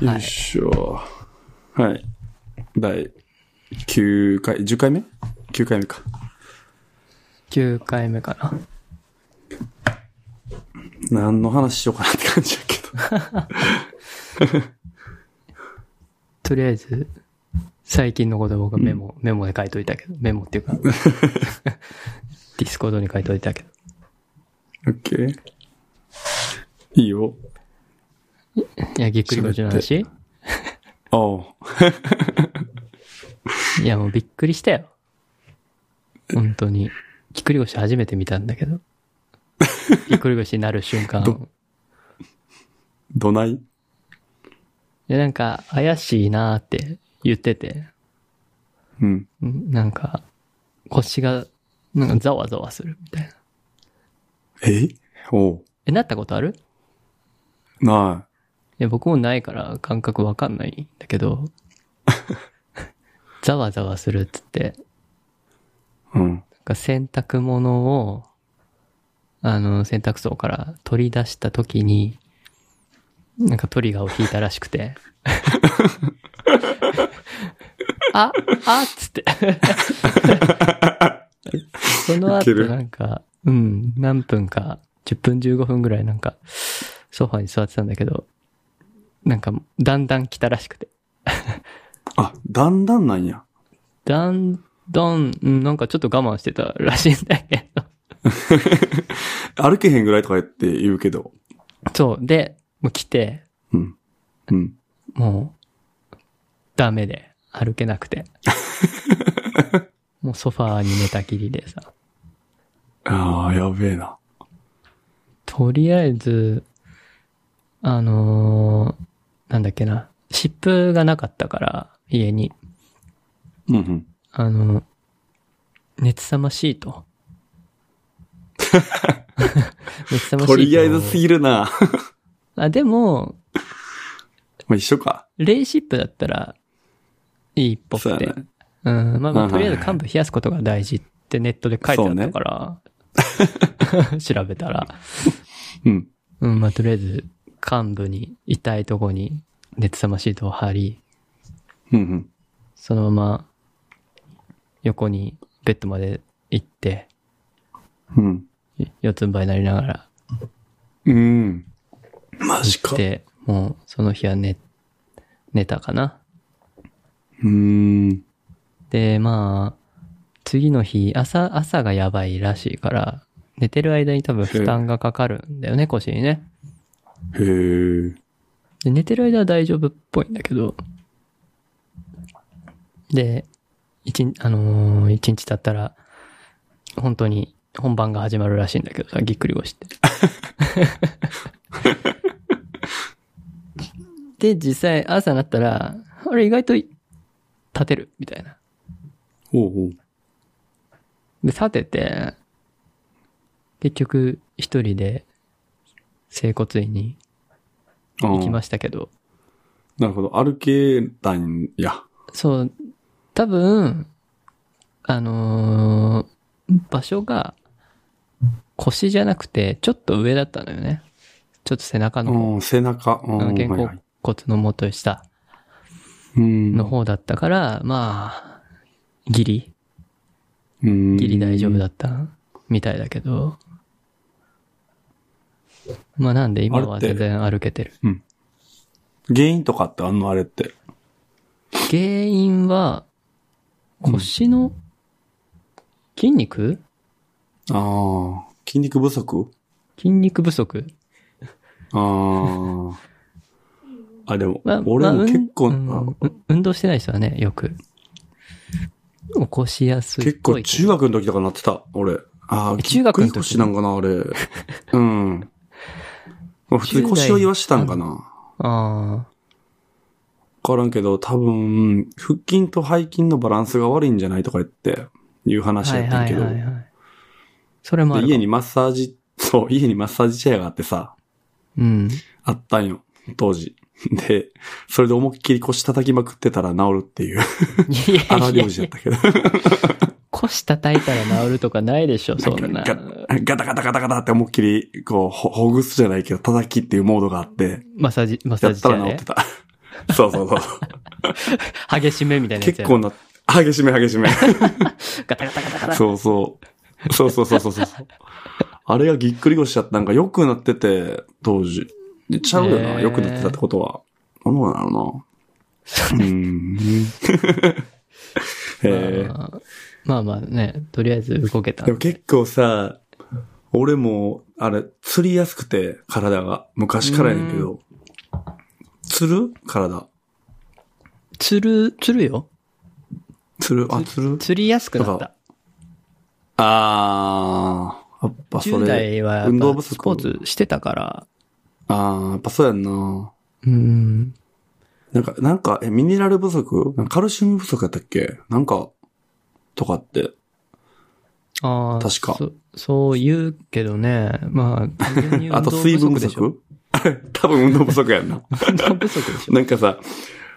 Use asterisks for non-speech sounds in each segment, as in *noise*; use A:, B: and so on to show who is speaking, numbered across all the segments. A: よいしょ。はい。第9回、10回目 ?9 回目か。
B: 9回目かな。
A: 何の話しようかなって感じだけど。
B: とりあえず、最近のことは僕はメモ、メモで書いといたけど、メモっていうか、ディスコードに書いといたけど。
A: オッケ *laughs* ー。いいよ。
B: いや、ぎっくり腰の話
A: おう。
B: いや、もうびっくりしたよ。本当に。ぎっくり腰初めて見たんだけど。ぎっくり腰になる瞬間。
A: どどない
B: いや、なんか、怪しいなーって言ってて。
A: うん。
B: うんなんか、腰が、なんかざわざわするみたいな。
A: えおう。
B: え、なったことある
A: ない
B: や、僕もないから感覚わかんないんだけど、ざわざわするっつって、
A: い。うん。
B: なんか洗濯物を、あの、洗濯槽から取り出した時に、なんかトリガーを引いたらしくて。あ、あっつって。その
A: いけ
B: 後
A: る
B: なんか、うん、何分か、10分15分ぐらいなんか、ソファに座ってたんだけど、なんか、だんだん来たらしくて。
A: あ、だんだんなんや。
B: だんだん、うんなんかちょっと我慢してたらしいんだけど。
A: 歩けへんぐらいとかやって言うけど。
B: そう。で、もう来て、
A: うん。うん。
B: もう、ダメで、歩けなく
A: *laughs*
B: て。もうソファーに寝たきりでさ。
A: ああ、やべえな。
B: とりあえず、あのーなんだっけな、湿布がなかったから、家に。
A: うんうん。
B: あの、熱さまシ
A: *laughs*
B: ート。熱さまシート
A: と
B: を。
A: りあえずすぎるな。 *laughs*
B: あ、でも、
A: まあ一緒か。
B: 冷湿布だったら、いいっぽ
A: そう
B: くて
A: や。ね。
B: うん、まあま
A: う
B: あ、
A: ん
B: とりあえず幹部冷やすことが大事ってネットで書いてあったから、 *laughs* 調べたら。
A: うん。
B: うん、まあとりあえず幹部に痛いとこに熱さまシートを貼り、
A: うんうん。
B: そのまま横にベッドまで行って、
A: うん。
B: 四つん這いになりながら
A: うん。マジ
B: 行
A: か。
B: っ
A: う
B: て、もうその日は寝、寝たかな。
A: ーん。
B: で、まあ、次の日、朝、朝がやばいらしいから、寝てる間に多分負担がかかるんだよね、腰にね。
A: へえ。
B: で、寝てる間は大丈夫っぽいんだけど、で、一日、あのー一日経ったら、本当に本番が始まるらしいんだけどさ、ぎっくり腰って。で、実際朝になったら、あれ意外とい立てる、みたいな。
A: おうおう。
B: で、立てて、結局一人で整骨院に
A: あ
B: 行き
A: ー
B: ましたけど、
A: なるほど。歩けたんや。
B: そう、多分、あのー場所が腰じゃなくて、ちょっと上だったのよね。ちょっと背中の方、
A: うん、背中。う
B: あの
A: ん、
B: 肩
A: はい
B: 甲
A: はい。
B: 骨の元下
A: うん。
B: の方だったから、まあ、ギリ、
A: うん。
B: ギリ大丈夫だったみたいだけど、まあなんで今は全然歩けてる。
A: 原因とかってあんのあれって。
B: 原因は、腰の筋肉、
A: ああ。筋肉不足
B: 筋肉不足
A: ああ。あ、でも、
B: まあ、
A: 俺
B: まあ
A: も結構、
B: うん
A: あ
B: うん運動してない人はね、よく、起こしやすい。
A: 結構中学の時とかなってた、俺。ああ、
B: え中学の
A: ぎっ
B: 時
A: くり腰なんかな、あれ。うん。まあ普通に腰を言わしてたんかな。わ
B: ああ。
A: からんけど、多分、腹筋と背筋のバランスが悪いんじゃないとか言って、いう話
B: は
A: や
B: い
A: ったん
B: は
A: け
B: い
A: ど。
B: はいはい。それもあ
A: で
B: るか。
A: 家にマッサージ、そう、家にマッサージチェアがあってさ、 *laughs*
B: うん。
A: あったんよ、当時。で、それで思いっきり腰叩きまくってたら治るっていう、
B: いや
A: 荒
B: いや
A: 療
B: い
A: 治
B: や
A: やったけど。
B: 腰叩いたら治るとかないでしょ、そん
A: *laughs*
B: な。
A: ガガタガタガタガタって思いっきり、こう、ほほぐすじゃないけど、叩きっていうモードがあって、
B: マッサージ、マッサ
A: や
B: ー
A: っ
B: ジ
A: た
B: チェ
A: ら
B: ア
A: 治って
B: で。
A: た。そうそう
B: *laughs*
A: そう。
B: 激しめみたいなやつ
A: 結
B: や
A: 構
B: ろ。
A: な、激しめ激しめ。
B: ガタガタガタガタ。
A: そうそう。そうそうそうそう
B: *laughs*
A: そう。あれがぎっくり腰しちゃったんか、良くなってて、当時。でちゃうよ
B: へ
A: な、
B: ー
A: 良くなってたってことは。あのなのかな。うーん。
B: *laughs*
A: へえ。
B: まあまあまあね、とりあえず動けた
A: で。も結構さ、俺も、あれ、釣りやすくて、体が。昔からやねんけど。釣る体。
B: 釣る、釣るよ。
A: 釣るあ、釣る
B: 釣りやすくなっ
A: だか
B: た。
A: あー。やっぱそ
B: 10
A: れ。
B: 代はやっぱ
A: 運動不足
B: スポーツしてたから。
A: あー、やっぱそうやんな。
B: うん。
A: なんか、なんか、え、ミネラル不足なんかカルシウム不足やったっけなんか、とかって。
B: ああ。
A: 確か
B: そ。そう言うけどね。まあ、単純に運
A: *laughs*
B: 動
A: あと水分不
B: でしょ
A: 足 *laughs* 多分運動不足やんな。
B: 運動不足でしょ。
A: なんかさ、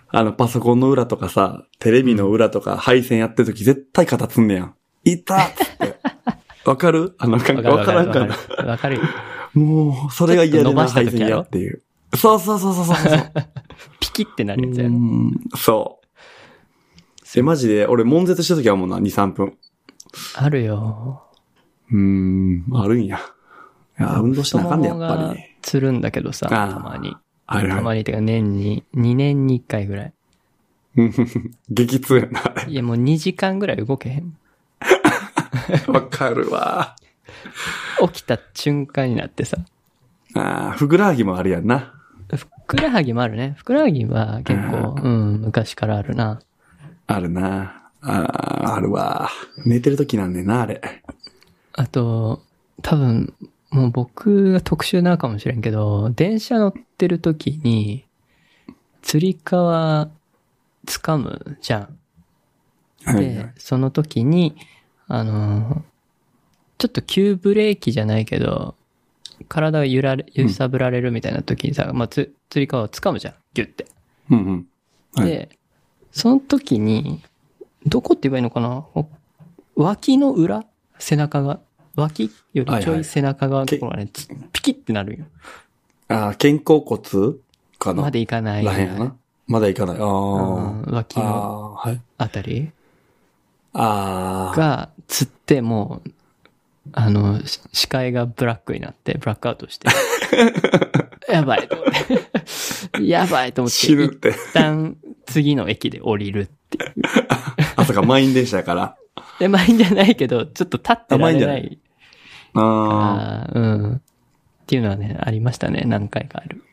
A: あの、パソコンの裏とかさ、テレビの裏とか、配線やってるとき絶対肩つんねやん。いたっつって。
B: *laughs*
A: わかるあの感覚わからんか
B: わ
A: な。
B: かる。わかるよ。
A: もう、それが嫌
B: ちょっ
A: で
B: と伸
A: な、
B: ばした
A: 配
B: 時
A: 線
B: やろ
A: やっていう。そうそうそうそうそうそう。
B: ピキってな
A: う
B: るやつやろ。
A: んそう。え、マジで、俺、悶絶した時はもうな、2、3分。
B: あるよ。
A: うーん、あるんや。いや、運動したらあかんね、や
B: 太
A: っ
B: もも
A: ぱ
B: が
A: りね。
B: 釣るんだけどさ、
A: あー
B: たまに。
A: あれ
B: た
A: は
B: まにってか年に、2年に1回ぐらい。
A: *laughs* 激痛やな。
B: いやもう2時間ぐらい動けへん。
A: わかるわ。
B: 起きた瞬間になってさ。
A: ああ、ふくらはぎもあるやんな。
B: ふくらはぎもあるね。ふくらはぎは結構、うん、昔からあるな。
A: あるな。ああ、あるわ。寝てる時なんねんな、あれ。
B: あと、多分、もう僕が特殊なのかもしれんけど、電車乗ってる時に、釣り革掴むじゃん。
A: はいは
B: で
A: い、
B: その時に、あのー、ちょっと急ブレーキじゃないけど、体が揺られ、揺さぶられるみたいな時にさ、まあ、つ、釣り革を掴むじゃん。ギュって。
A: うんうん。はい、
B: で、その時に、どこって言えばいいのかなこう脇の裏背中が。脇より
A: はい
B: ちょ
A: はい
B: い背中側のところがね、つピキってなるんよ。
A: ああ、肩甲骨かな。
B: までいかない。
A: らへんやな。まだいかない。あ
B: う
A: あ
B: ん。脇
A: あ
B: の
A: あ、はい。
B: あたり
A: ああ。
B: が、つってもう、あの、し視界がブラックになって、ブラックアウト
A: *laughs*
B: して。やばいと思って。やばいと思って。
A: 死ぬって。
B: 一旦、次の駅で降りるっていう。
A: あ、そうか、満員電車やから。
B: で、満員じゃないけど、ちょっと立ってら
A: あ満員
B: れ
A: じゃな
B: ないい。
A: ああ。
B: ああ、うん。っていうのはね、ありましたね。何回かある。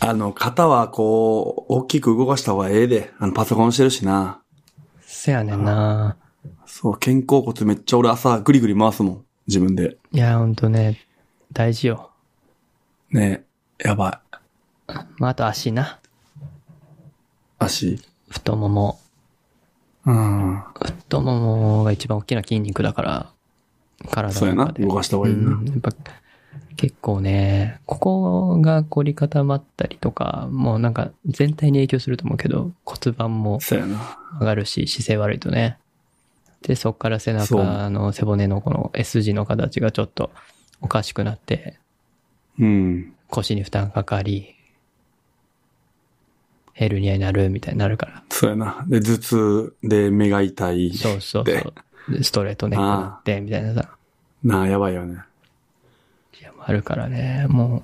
A: あの、肩はこう、大きく動かした方がええで。あの、パソコンしてるしな。
B: せやねんな。
A: そう、肩甲骨めっちゃ俺朝グリグリ回すもん。自分で。
B: いや、ほんとね、大事よ。
A: ねやばい。
B: まあ、あと足な。
A: 足。
B: 太もも。
A: うん。
B: 太ももが一番大きな筋肉だから、体の中で。
A: そうやな。動かした方がいいな。
B: うん、やっぱ結構ね、ここが凝り固まったりとか、もうなんか全体に影響すると思うけど、骨盤も
A: そうやな。
B: 上がるし、姿勢悪いとね。で、そっから背
A: そう
B: 中の背骨のこの S 字の形がちょっとおかしくなって、
A: うん。
B: 腰に負担かかり、ヘルニアになるみたいになるから。
A: そうやな。で、頭痛で目が痛い。
B: そうそう
A: で
B: そう。でストレートネックになって、みたいなさ。
A: なあ、やばいよね。
B: いやあるからね、も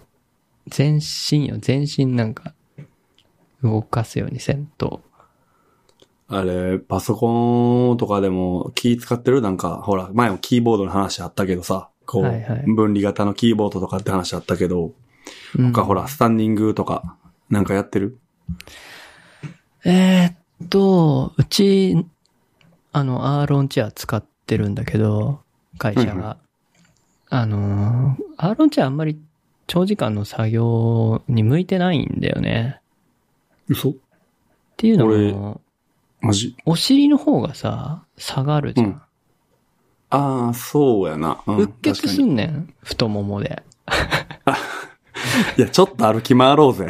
B: う、全身よ、全身なんか、動かすようにせんと。
A: あれ、パソコンとかでもキー使ってるなんか、ほら、前もキーボードの話あったけどさ。こう、
B: はいはい
A: 分離型のキーボードとかって話あったけど、
B: うん
A: 他ほら、スタンディングとか、なんかやってる
B: えーっと、うち、あの、アーロンチェア使ってるんだけど、会社
A: はいは
B: が。あのー、アーロンチェアあんまり長時間の作業に向いてないんだよね。
A: 嘘
B: っていうのも、
A: マジ
B: お尻の方がさ、下がるじゃん。
A: ああ、そうやな。うん、
B: うっ血
A: 確
B: す
A: かに
B: んねん、太も
A: *laughs*
B: もで。
A: いや、ちょっと歩き回ろうぜ。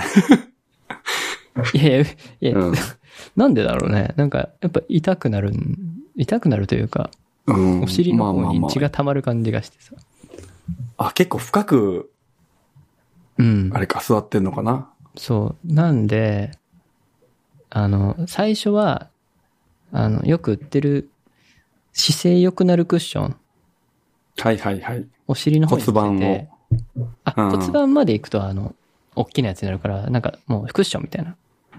B: いやいや、いや、
A: うん
B: *laughs* なんでだろうね。なんか、やっぱ痛くなるん、痛くなるというか、
A: うん
B: お尻の方に血
A: まあまあ
B: が溜まる感じがしてさ。
A: まああ、結構深く、
B: うん
A: あ。れか、座ってんのかな。
B: そう。なんで、あの、最初は、あの、よく売ってる姿勢良くなるクッション、
A: はいはいはい。
B: お尻の方につけて
A: 骨盤を
B: あ、
A: うん
B: 骨盤まで行くと、あの、大きなやつになるから、なんかもうクッションみたいな。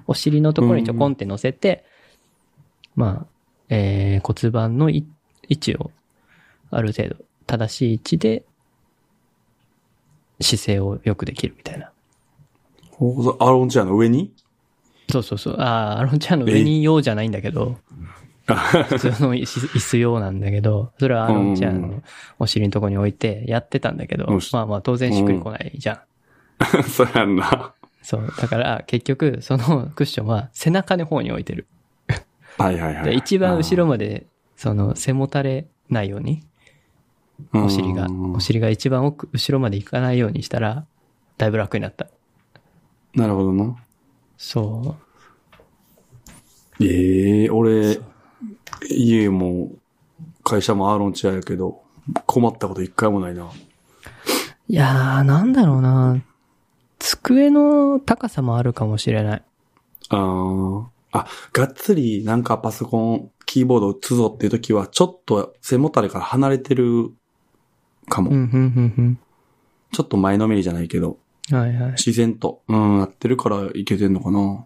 B: お尻のところにちょこんって乗せて、まあ、えー、骨盤のい位置を、ある程度、正しい位置で、姿勢をよくできるみたいな。
A: ほうアロンチェアの上に *laughs*
B: そうそうそう。ああ、アロンちゃんの上に用じゃないんだ
A: *laughs*
B: けど、普通の椅子椅子用なんだけど、それはアロンちゃんのお尻のとこに置いてやってたんだけど
A: よ、し
B: まあまあ当然しっくりこないじゃん。
A: そうやんな。
B: そう。だから、結局、そのクッションは背中の方に置いてる。
A: はいはいは
B: で
A: い。
B: 一番後ろ
A: も
B: まで、その、背もたれないように、お尻が、お尻が一番奥、後ろまで行かないようにしたら、だいぶ楽になった。
A: なるほどな。
B: そ
A: ええ俺、家も、会社もアーロンチェアやけど、困ったこと一回もないな。
B: う。いやー、なんだろうな机の高さもあるかもしれない。
A: あーあ、がっつりなんかパソコン、キーボード打つぞっていう時は、ちょっと背もたれから離れてるかも。
B: うん、うん、うん、
A: ちょっと前のめりじゃないけど、
B: うん。はいはい。
A: 自然と、うん、やってるからいけてんのかな。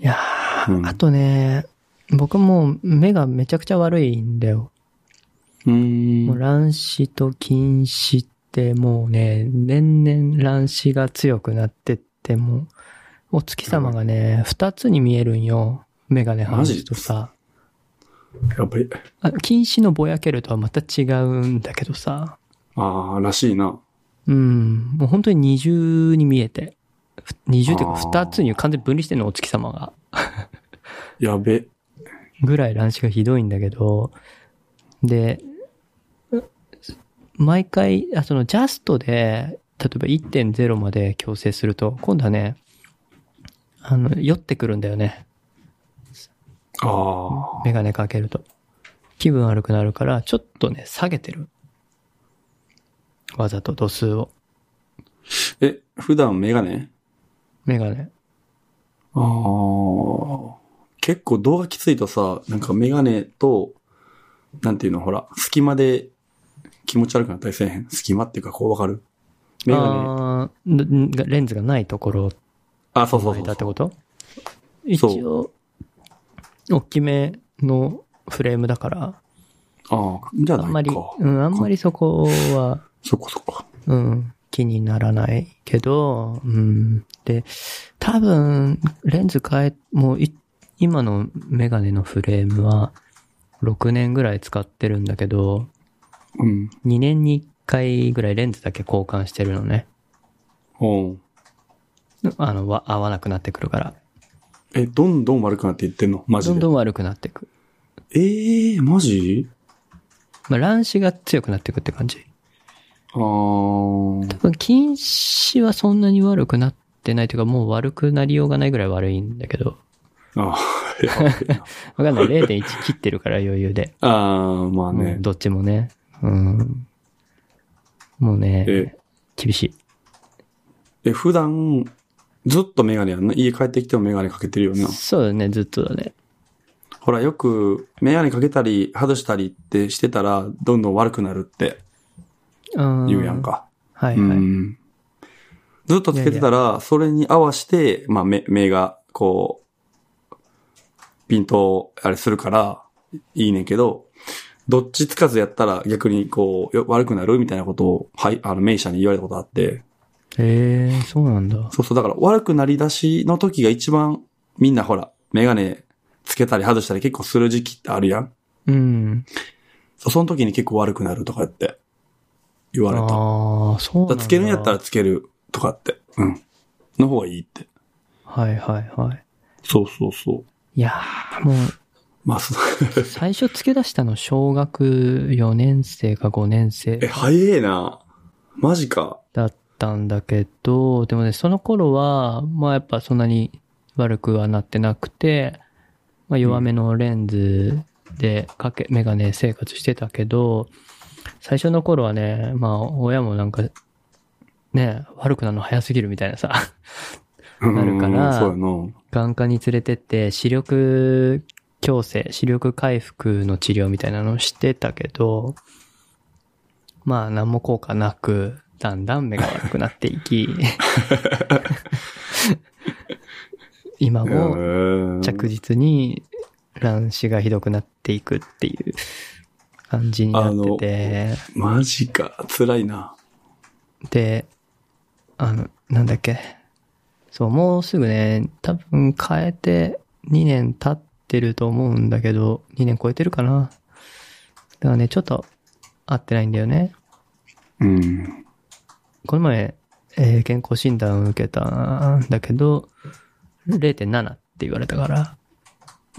B: いやー、
A: うん
B: あとね、僕もう目がめちゃくちゃ悪いんだよ。
A: う
B: も
A: ー。
B: うん乱視と近視ってもうね、年々乱視が強くなってって、もう、お月様がね、二つに見えるんよ。メガネ外すとさ。
A: やっぱり、
B: あ近視のぼやけるとはまた違うんだけどさ。
A: ああ、らしいな。
B: うん。もう本当に二重に見えて。ふ二重というか
A: あー
B: 二つに完全に分離してんの、お月様が。
A: やべ。
B: ぐらい乱視がひどいんだけど、で、毎回、あそのジャストで、例えば1.0まで矯正すると、今度はね、あの、酔ってくるんだよね。
A: あ
B: メガネかけると。気分悪くなるから、ちょっとね、下げてる。わざと度数を。
A: あ。え、普段メガネ
B: メガネ。
A: ああ。結構動画きついとさ、なんかメガネと、なんていうの、ほら、隙間で気持ち悪くなったりせえへん。隙間っていうか、こうわかるメガネ。
B: あーんがレンズがないところ
A: あ、そうそうそ
B: 間
A: う
B: って
A: そう。
B: こと
A: そう
B: 一応、大きめのフレームだから、
A: ああ、じゃあ
B: あ
A: ないか。
B: んまり、うん、あんまりそこは、
A: そこそこ。
B: うん、気にならないけど、うん。で、多分、レンズ変え、もうい、今のメガネのフレームは、6年ぐらい使ってるんだけど、
A: うん。
B: 2年に1回ぐらいレンズだけ交換してるのね。
A: おう
B: あの、わ合わなくなってくるから。
A: え、どんどん悪くなっていってんのマジ
B: ど
A: で。
B: んどん悪くなってく。
A: ええー、マジ
B: まあ、乱視が強くなってくって感じ。
A: ああ。
B: 多分、近視はそんなに悪くなってないというか、もう悪くなりようがないぐらい悪いんだけど。
A: ああ、やべえな
B: わかんない。0.1切ってるから余裕で。
A: ああ、まあ
B: う
A: ね
B: ん。どっちもね。うん。もうね、
A: え、
B: 厳しい。
A: え、普段、ずっとメガネやんな。家帰ってきてもメガネかけてるよな。
B: そうだね、ずっとだね。
A: ほら、よく、メガネかけたり、外したりってしてたら、どんどん悪くなるって
B: うん。
A: 言うやん。か。
B: はいは
A: う
B: い。
A: ん。ずっとつけてたら、それに合わせて、まあ、目、目が、こう、ピントを、あれするから、いいねんけど、どっちつかずやったら逆にこう、よ悪くなるみたいなことを、はい、あの、名医者に言われたことあって、
B: ええー、そうなんだ。
A: そうそう、だから悪くなり出しの時が一番、みんなほら、メガネつけたり外したり結構する時期ってあるやん。
B: うん。
A: そうその時に結構悪くなるとかって言われた。だか
B: ああ、そうなん
A: ら
B: だ。
A: つけるんやったら。つけるとかって。うん。の方がいいって。
B: はいはいはい。
A: そうそうそう。
B: いやー、もう、
A: まあ、そ
B: 最初つけ出したの小学4年生か5年
A: *laughs*
B: 生
A: え、早えな。マジか。
B: だったんだけど、でもね、その頃は、まあやっぱそんなに悪くはなってなくて、まあ弱めのレンズでかけ、メガネ生活してたけど、最初の頃はね、まあ親もなんか、ね、悪くなるの早すぎるみたいなさ、
A: うん
B: なるから
A: そうやな。
B: 眼科に連れてって、視力矯正、視力回復の治療みたいなのをしてたけど、まあ何も効果なく、だんだん目が悪くなっていき、今も
A: う
B: 着実に乱視がひどくなっていくっていう感じになってて、
A: マジか。辛いな。
B: で、あの、なんだっけ。そう、もうすぐね、多分変えて2年経ってると思うんだけど、2年超えてるかな。だからね、ちょっと合ってないんだよね。
A: うん。
B: この前、えー健康診断を受けたんだけど、0.7って言われたから、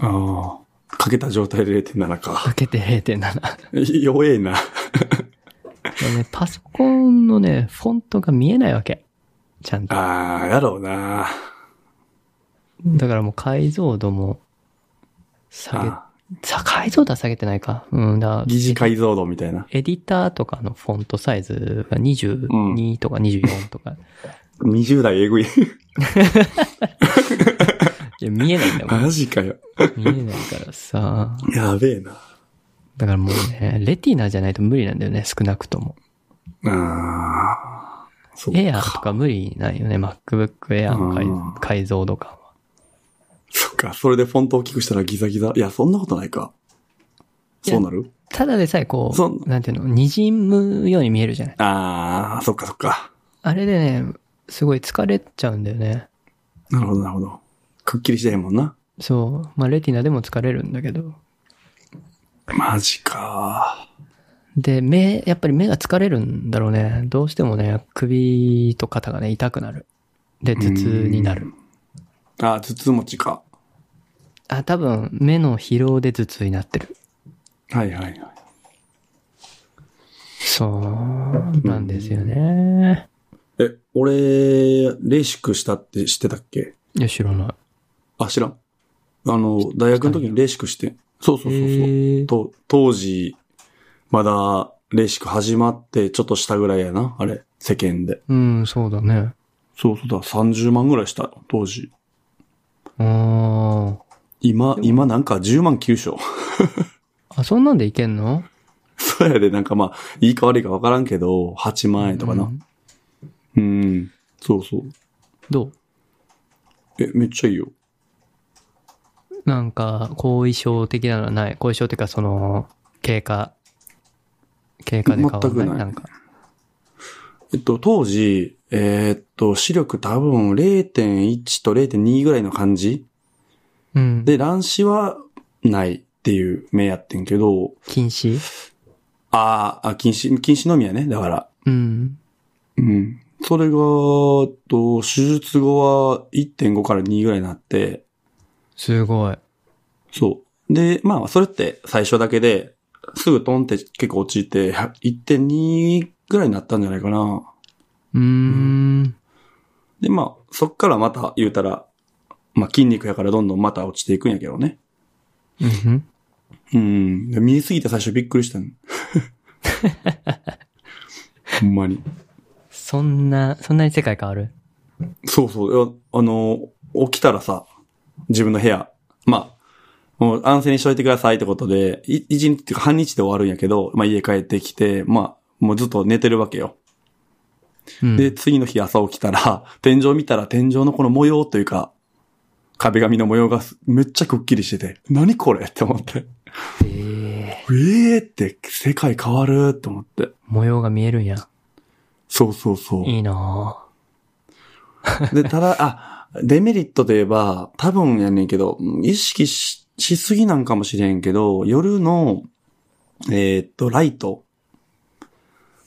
A: ああ。かけた状態で0.7か。 *laughs*
B: かけて0.7。
A: 弱えな。
B: もうね、パソコンのね、フォントが見えないわけ。ちゃんと。
A: ああ、やろうな。
B: だからもう解像度も下
A: あ
B: げ、さ解像度は下げてないか。うん、だから
A: 疑似解像度みたいな。
B: エディターとかのフォントサイズが22とか24とか。
A: 20代えぐ
B: *laughs*
A: い。
B: いや、見えないんだもん。
A: マジかよ。
B: *laughs* 見えないからさ。
A: やべえな。
B: だからもうね、レティナじゃないと無理なんだよね、少なくとも。
A: ああ。そう
B: エ
A: か。
B: アーとか無理ないよね、MacBook Air の解
A: うん
B: 解像度感は。
A: そっか。それでフォント大きくしたらギザギザ。いや、そんなことないか。
B: いや
A: そうなる
B: ただでさえこ
A: そん
B: う、なんていうの、滲むように見えるじゃない。
A: ああ、そっかそっか。
B: あれでね、すごい疲れちゃうんだよね。
A: なるほど、なるほど。くっきりしてへんもんな。
B: そう。まあ、レティナでも疲れるんだけど。
A: マジか。
B: で、目、やっぱり目が疲れるんだろうね。どうしてもね、首と肩がね、痛くなる。で、頭痛になる。
A: ああ、頭痛持ちか。
B: あ、多分、目の疲労で頭痛になってる。
A: はいはいはい。
B: そう、なんですよね。
A: え、俺、レーシックしたって知ってたっけ
B: いや、知らない。
A: あ、知らん。あの、大学の時にレーシックして。そうそうそうそう、
B: へー
A: と。当時、まだ、レーシック始まって、ちょっとしたぐらいやな。あれ、世間で。
B: うん、そうだね。
A: そうそうだ、30万ぐらいした、当時。
B: あー
A: 今、今なんか10万9章。
B: あ、そんなんでいけんの
A: *laughs* そうやで、なんかまあ、いいか悪いかわからんけど、8万円とか
B: う
A: な。
B: ん
A: うん、そうそう。
B: ど
A: え、めっちゃいいよ。
B: うなんか、後遺症的なのはない。後遺症っていうか、その、経過。経過で変わら
A: 全く
B: な。
A: ないい
B: なんか。
A: えっと、当時、えーっと、視力多分0.1と0.2ぐらいの感じ
B: うん。
A: で、乱視はないっていう目やってんけど、
B: 禁止
A: あーあ、禁止、禁止のみやね、だから。
B: うん。
A: うん。それが、えっと、手術後は1.5から2ぐらいになって、
B: すごい。
A: そう。で、まあ、それって最初だけで、すぐトンって結構落ちて、1.2ぐらいになったんじゃないかな。
B: うーん。
A: で、まあ、そっからまた言うたら、まあ、筋肉やからどんどんまた落ちていくんやけどね。
B: うんふん
A: うん。で見えすぎて最初びっくりしたの。ほんまに。
B: そんな、そんなに世界変わる
A: そうそう。いやあの、起きたらさ、自分の部屋、まあ、もう安静にしといてくださいってことで、い一日っていうか半日で終わるんやけど、まあ家帰ってきて、まあ、もうずっと寝てるわけよ。
B: うん。
A: で、次の日朝起きたら、 *laughs* 天井見たら天井のこの模様というか、壁紙の模様がすめっちゃくっきりしてて、何これって思って。
B: えー
A: ええー、って世界変わるって思って。
B: 模様が見えるんや。
A: そうそうそう。
B: いいな
A: で、ただ、あ、デメリットといえば、多分やねんけど、うん意識し、しすぎなんかもしれんけど、夜の、えーっと、ライト。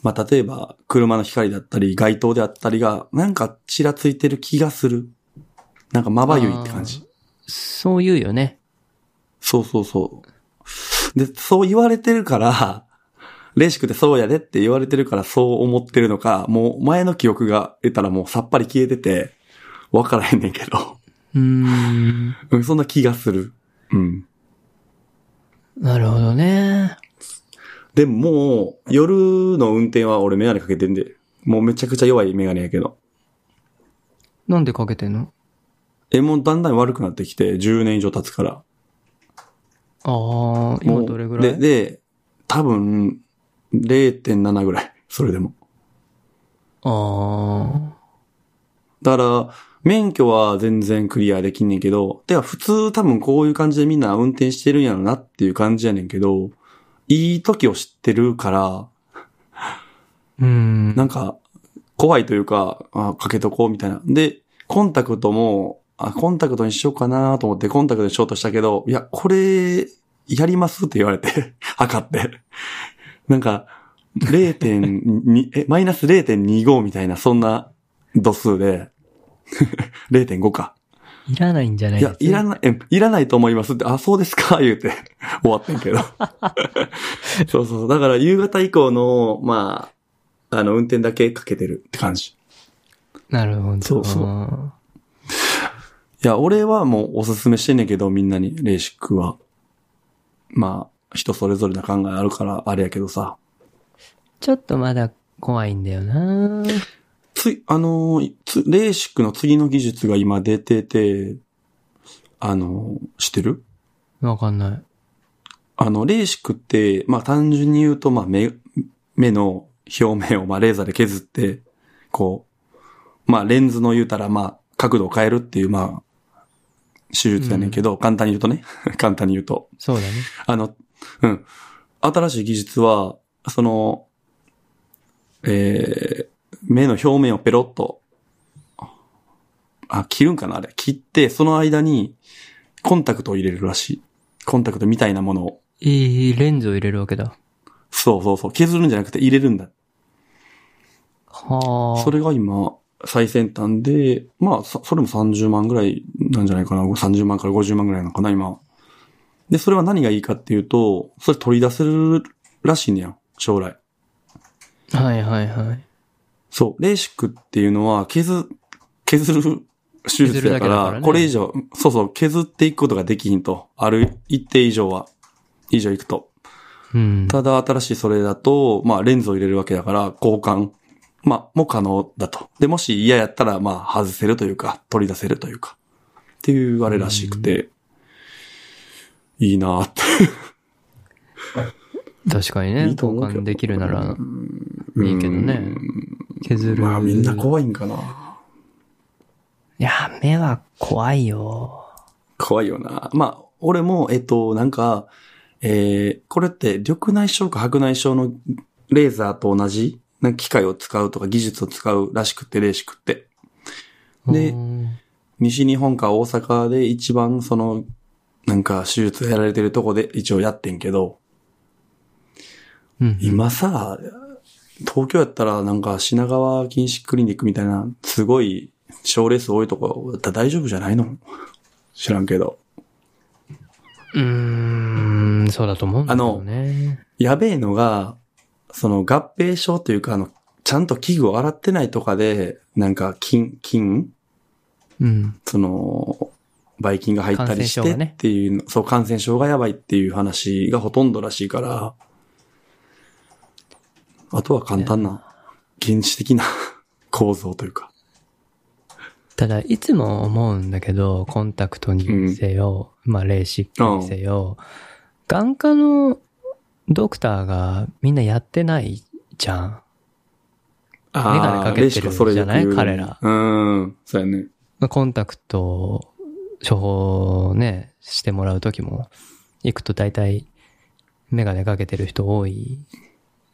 A: まあ、例えば、車の光だったり、街灯であったりが、なんかちらついてる気がする。なんかまばゆいって感じ。
B: ぁそう言うよね。
A: そうそうそう。で、そう言われてるから、レーシックでそうやでって言われてるからそう思ってるのか、もう前の記憶が得たらもうさっぱり消えてて、わからへんねんけど。
B: うーん。
A: うん、そんな気がする。うん。
B: なるほどね。
A: でももう、夜の運転は俺メガネかけてんで、もうめちゃくちゃ弱いメガネやけど。
B: なんでかけてんの
A: え、もうだんだん悪くなってきて、10年以上経つから。
B: ああ、今どれぐら
A: で、
B: い
A: で、多分、0.7ぐらい。 *laughs* それでも。
B: あ
A: だから、免許は全然クリアできんねんけど、てか普通多分こういう感じでみんな運転してるんやろなっていう感じやねんけど、いい時を知ってるから、
B: あ、うん。
A: なんか、怖いというか、あ、かけとこうみたいな。で、コンタクトも、あ、コンタクトにしようかなと思ってコンタクトにしようとしたけど、いや、これ、やりますって言われて、 *laughs* 測って。なんか、0.2、え、マイナス0.25みたいな、そんな度数で、0.5か。
B: いらないんじゃない
A: いや、いら
B: ない。
A: ない、えいらないと思いますって、あ、そうですか、 *laughs* 言うて、終わったんやけど。 *laughs* そうそう。だから、夕方以降の、まあ、あの、運転だけかけてるって感じ。
B: なるほど。。
A: そうそういや、俺はもうおすすめしてんねんけど、みんなに、レーシックは。まあ、人それぞれの考えあるから、あれやけどさ。
B: ちょっとまだ怖いんだよな
A: つい、あのーつ、レーシックの次の技術が今出てて、あのー、知ってる
B: わかんない。
A: あの、レーシックって、まあ単純に言うと、まあ目、目の表面をまあレーザーで削って、こう、まあレンズの言うたら、まあ角度を変えるっていう、まあ、手術やねんけど、簡単に言うとね、 *laughs* 簡単に言うと。
B: そうだね。
A: あの、うん。新しい技術は、その、えー、目の表面をペロッと、あ、切るんかなあれ。切って、その間に、コンタクトを入れるらしい。コンタクトみたいなものを。
B: いいレンズを入れるわけだ。
A: そうそうそう。削るんじゃなくて入れるんだ。
B: はあ。
A: それが今、最先端で、まあ、そそれも30万ぐらいなんじゃないかな。30万から50万ぐらいなのかな、今。で、それは何がいいかっていうと、それ取り出せるらしいねやん、将来。
B: はいはいはい。
A: そう、レーシックっていうのは、削、削る手術だ
B: 削るだ
A: か
B: け
A: ら、
B: だからね
A: これ以上、そうそう、削っていくことができひんと。ある一定以上は、以上いくと。
B: うん。
A: ただ、新しいそれだと、まあ、レンズを入れるわけだから、交換、まあ、も可能だと。で、もし嫌やったら、まあ、外せるというか、取り出せるというか、っていうあれらしくて、いいなって。
B: 確かにね、
A: いいと
B: 交
A: 思うけど
B: 換できるなら、いいけどね
A: うん。
B: 削る。
A: まあ、みんな怖いんかな。
B: いや、目は怖いよ。
A: 怖いよな。まあ、俺も、えっと、なんか、えー、これって緑内障か白内障のレーザーと同じなんか機械を使うとか技術を使うらしくて、レーシックって。で
B: うん
A: 西日本か大阪で一番その、なんか手術やられてるとこで一応やってんけど、
B: うん。
A: 今さ、東京やったらなんか品川禁止クリニックみたいな、すごい賞レース多いとこだったら大丈夫じゃないの知らんけど。
B: うーん、そうだと思うんだけどね。
A: やべえのが、その合併症というか、あの、ちゃんと器具を洗ってないとかで、なんか菌、菌
B: うん。
A: その、ばい菌が入ったりし
B: 感
A: て
B: 染症がね
A: っていう、そう、感染症がやばいっていう話がほとんどらしいから、あとは簡単な、原始的な *laughs* 構造というか。
B: ただ、いつも思うんだけど、コンタクトにせよ、まあ、レーシックにせよ、眼科のドクターがみんなやってないじゃん。
A: あー
B: メガネかけてる
A: レシピはそれよく言うよね
B: じゃない彼ら
A: うん、そうやね。
B: まあコンタクトを処方ね、してもらうときも、行くと大体、メガネかけてる人多い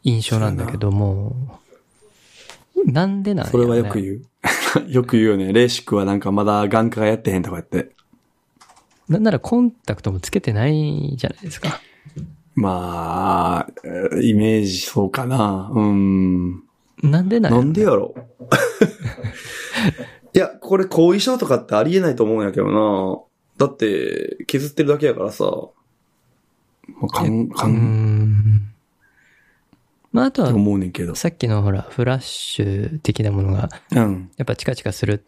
B: 印象なんだけども、なんでなんや
A: そ
B: ろ
A: れは
B: ね
A: よく言う。 *laughs* よく言うよね。レーシックはなんかまだ眼科がやってへんとかやって。
B: なんならコンタクトもつけてないじゃないですか。
A: まあ、えーイメージそうかな。うん。
B: なんでなん
A: な
B: やろ
A: んでやろ *laughs* いや、これ後遺症とかってありえないと思うんやけどな。だって、削ってるだけやからさ。まあ、かん、か
B: うー
A: ん、
B: ん。まあ、あとは、
A: 思うねんけど。
B: さっきのほら、フラッシュ的なものが、
A: うん。
B: やっぱチカチカする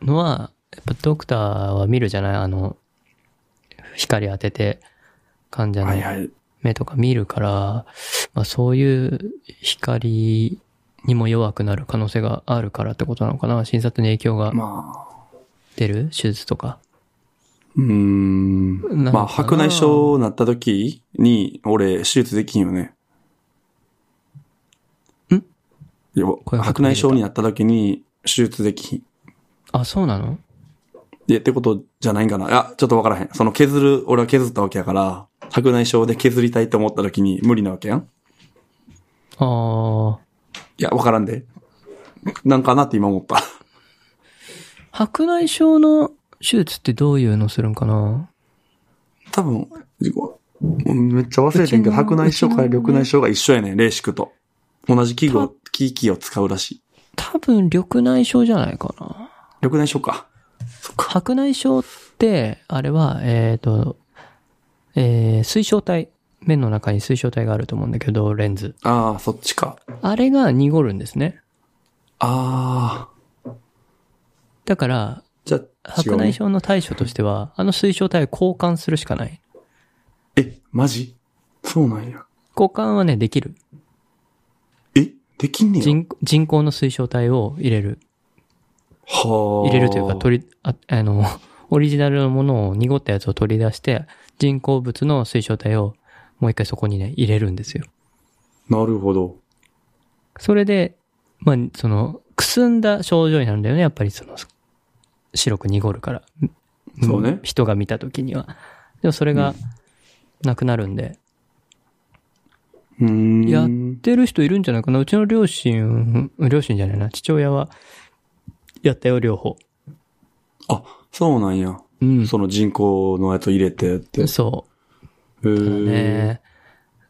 B: のは、やっぱドクターは見るじゃないあの、光当てて、患者の
A: はいはい。
B: 目とか見るから、まあそういう光にも弱くなる可能性があるからってことなのかな診察に影響が
A: ま
B: ってる手術とか。
A: うーん。
B: なんかな
A: まあ、白内障になった時に、俺、手術できんよね。
B: ん
A: いや
B: 声が
A: 白内障になった時に、手術できひん。
B: あ、そうなの
A: え、ってことじゃないんかな。いや、ちょっとわからへん。その削る、俺は削ったわけやから、白内障で削りたいと思った時に無理なわけやん。
B: あ
A: いや、わからんで。なんかなって今思った。 *laughs*
B: あ、白内障の手術ってどういうのするんかな
A: 多分、めっちゃ忘れてんけ
B: うちの
A: ど、白内障から緑内障が一緒やねん、レーシックと。同じ器具
B: た
A: を、機器を使うらしい。
B: 多分緑内障じゃないかな。
A: 緑内障か。
B: 白内障って、あれは、えっ、と、えー、水晶体。目の中に水晶体があると思うんだけど、レンズ。
A: ああ、そっちか。
B: あれが濁るんですね。
A: ああ、
B: だから、
A: じゃあ、違
B: 白
A: う、
B: 内
A: ね。
B: 障の対処としては、あの水晶体を交換するしかない。
A: え、マジそうなんや。
B: 交換はね、できる。
A: え、できんねや。
B: 人人工の水晶体を入れる。
A: はあ。
B: 入れるというか、取り、ああの、オリジナルのものを濁ったやつを取り出して、人工物の水晶体をもう一回そこにね、入れるんですよ。
A: なるほど。
B: それで、まあ、その、くすんだ症状になるんだよね、やっぱりその、白く濁るから。
A: そうね
B: ん人が見た時には。でもそれが、なくなるんで。
A: うーん。
B: やってる人いるんじゃないかなうちの両親、両親じゃないな、父親は、やったよ、両方。
A: あ、そうなんや。
B: うんそ
A: その人工のやつ入れてって。
B: う。
A: へ
B: ただ
A: え。
B: ね、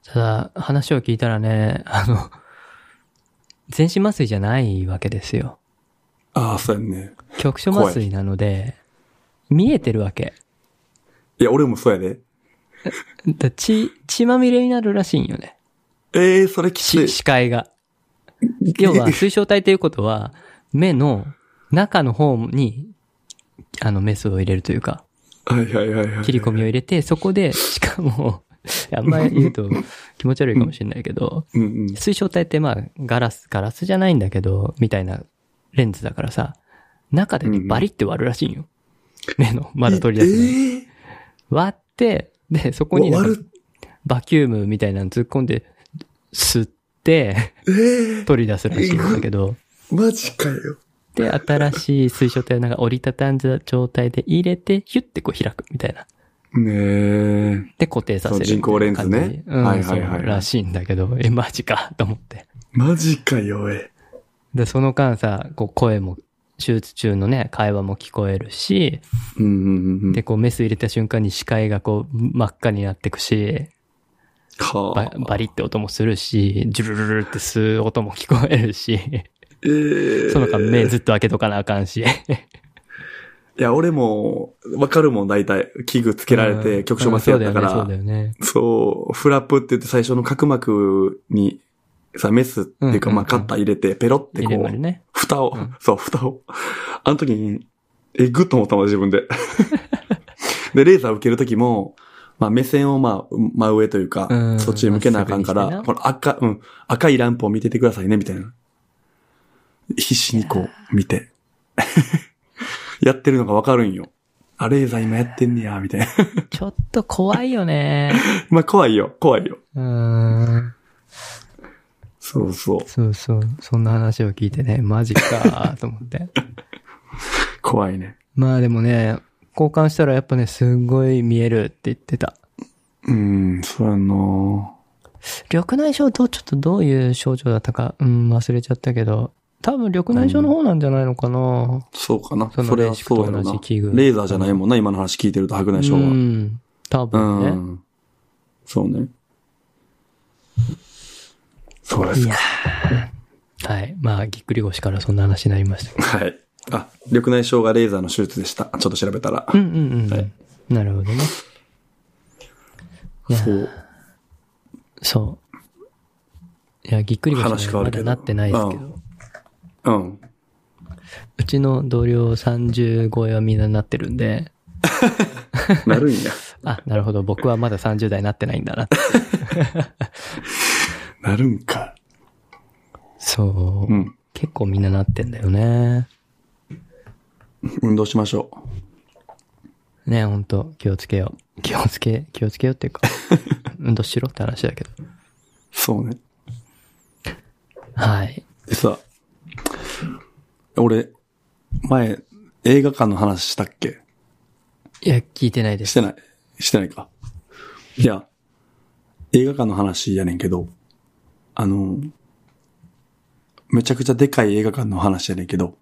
B: ただ、話を聞いたらね、あの、全身麻酔じゃないわけですよ。
A: ああ、そうやんね。
B: 局所麻酔なので、見えてるわけ。
A: いや、俺もそうやで。
B: だ血、血まみれになるらしいんよね。
A: ええー、それきつい
B: し。視界
A: *laughs*
B: が。要は、水晶体ということは、目の中の方に、あの、メスを入れるというか、
A: はいはいはいはい。
B: 切り込みを入れて、そこで、しかも、 *laughs* あんまり言うと気持ち悪いかもしれないけど、
A: うんうん。
B: 水晶体ってまあ、ガラス、ガラスじゃないんだけど、みたいなレンズだからさ、中でね、
A: うん
B: バリって割るらしいんよ。目の、まだ取り出すのに。
A: ええ
B: 割って、で、そこ
A: ー
B: になんか
A: 割る、
B: バキュームみたいなの突っ込んで、吸って、 *laughs*
A: ええ
B: 取り出すらしいんだけど、
A: マジかよ。
B: で、新しい水晶体をなんか折りたたんだ状態で入れて、ヒュッてこう開くみたいな。
A: ねえ。
B: で、固定させるみたいな
A: その人工レンズね
B: 感じうん、
A: はいはいはい
B: そうらしいんだけど、え、マジか、と思って。
A: マジかよ、え。
B: で、その間さ、こう声も、手術中のね、会話も聞こえるし、
A: うんうんうんうん。
B: で、こうメス入れた瞬間に視界がこう真っ赤になってくし、
A: は
B: ババリって音もするし、ジュルルルって吸う音も聞こえるし、
A: えー
B: その間目ずっと開けとかなあかんし。
A: いや、俺も、わかるもん、大体。器具つけられ
B: うん
A: て、局所麻酔やったか
B: そう
A: ら
B: だ。よね、
A: そう、フラップって言って最初の角膜に、さ、メスっていうか、
B: うんうんうん
A: まあ、カッター入れて、ペロって
B: そうだよね。入
A: こ
B: れまで
A: う、
B: ね。
A: 蓋を、
B: うん
A: そう、蓋を。あの時に、えぐっと思ったもん、自
B: *laughs*
A: 分で。で、レーザー受ける時も、まあ、目線を、まあ、真上というか、
B: うん
A: そっちに向けなあかんか
B: ま
A: ら、
B: っすぐ
A: この赤、うん、赤いランプを見ててくださいね、みたいな。必死にこう、見て。 *laughs* やってるのがわかるんよ。あ、レーザー今やってんねや、みたいな。 *laughs*
B: ちょっと怖いよね。
A: まあ、怖いよ、怖いよ。
B: うーん。
A: そうそう。
B: そうそう。そんな話を聞いてね、マジかと思って。
A: *laughs* 怖いね。
B: まあでもね、交換したらやっぱね、すごい見えるって言ってた。
A: うん、そうやな
B: 緑内障とちょっとどういう症状だったか、うん、忘れちゃったけど、多分緑内障の方なんじゃないのかな、
A: そうかな。そ
B: その
A: れはそうやろ
B: レ
A: な
B: ーシックと同じ器具。
A: レーザーじゃないもんな、今の話聞いてると白
B: う
A: 内障は。
B: ん。多
A: うん。
B: 分ね。
A: そうね。そうですか。
B: はい。まあ、ぎっくり腰からそんな話になりました。
A: はい。あ、緑内障がレーザーの手術でした。ちょっと調べたら
B: う。んうんうん。
A: はい
B: なるほどね。いや
A: そう。
B: そう。いや、ぎっくり腰
A: 話
B: に
A: 変
B: は
A: わる
B: ま
A: け
B: だ
A: ど
B: なってないですけど。
A: う
B: う
A: うん。
B: ちの同僚30超えはみんななってるんで、
A: なる
B: *laughs*
A: んや。
B: あ、なるほど、僕はまだ30代なってないんだ
A: *laughs*
B: なって。
A: なるんか。
B: そう、
A: うん。
B: 結構みんななってんだよね。
A: 運動しましょ
B: ね、ほんと、気をつけよう。気をつけ、気をつけようって
A: *laughs*
B: いうか、運動しろって話だけど。
A: う。そうね。
B: はい。
A: でさ、俺、前、映画館の話したっけ
B: いや、聞いてないで
A: し
B: す。
A: てない。してないか。いや、映画館の話やねんけど、あの、めちゃくちゃでかい映画館の話やねんけど、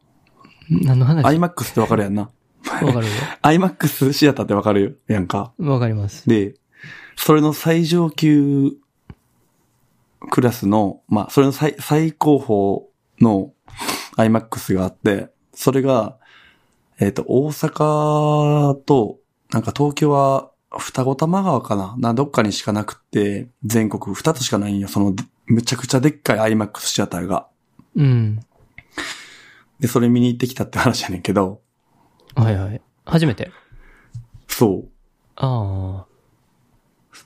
B: 何の話わ
A: IMAX ってわかるやんな。
B: かる
A: IMAX シアターってわかるやんか。
B: よ。わかります。
A: で、それの最上級クラスの、まあ、それの最、最高峰の IMAX があって、それが、えっ、と、大阪と、なんか東京は二子玉川かなな、どっかにしかなくって、全国二つしかないんよ。その、めちゃくちゃでっかい IMAX シアターが。
B: うん。
A: で、それ見に行ってきたって話やねんけど、
B: はいはい。初めて。
A: そう。
B: ああ。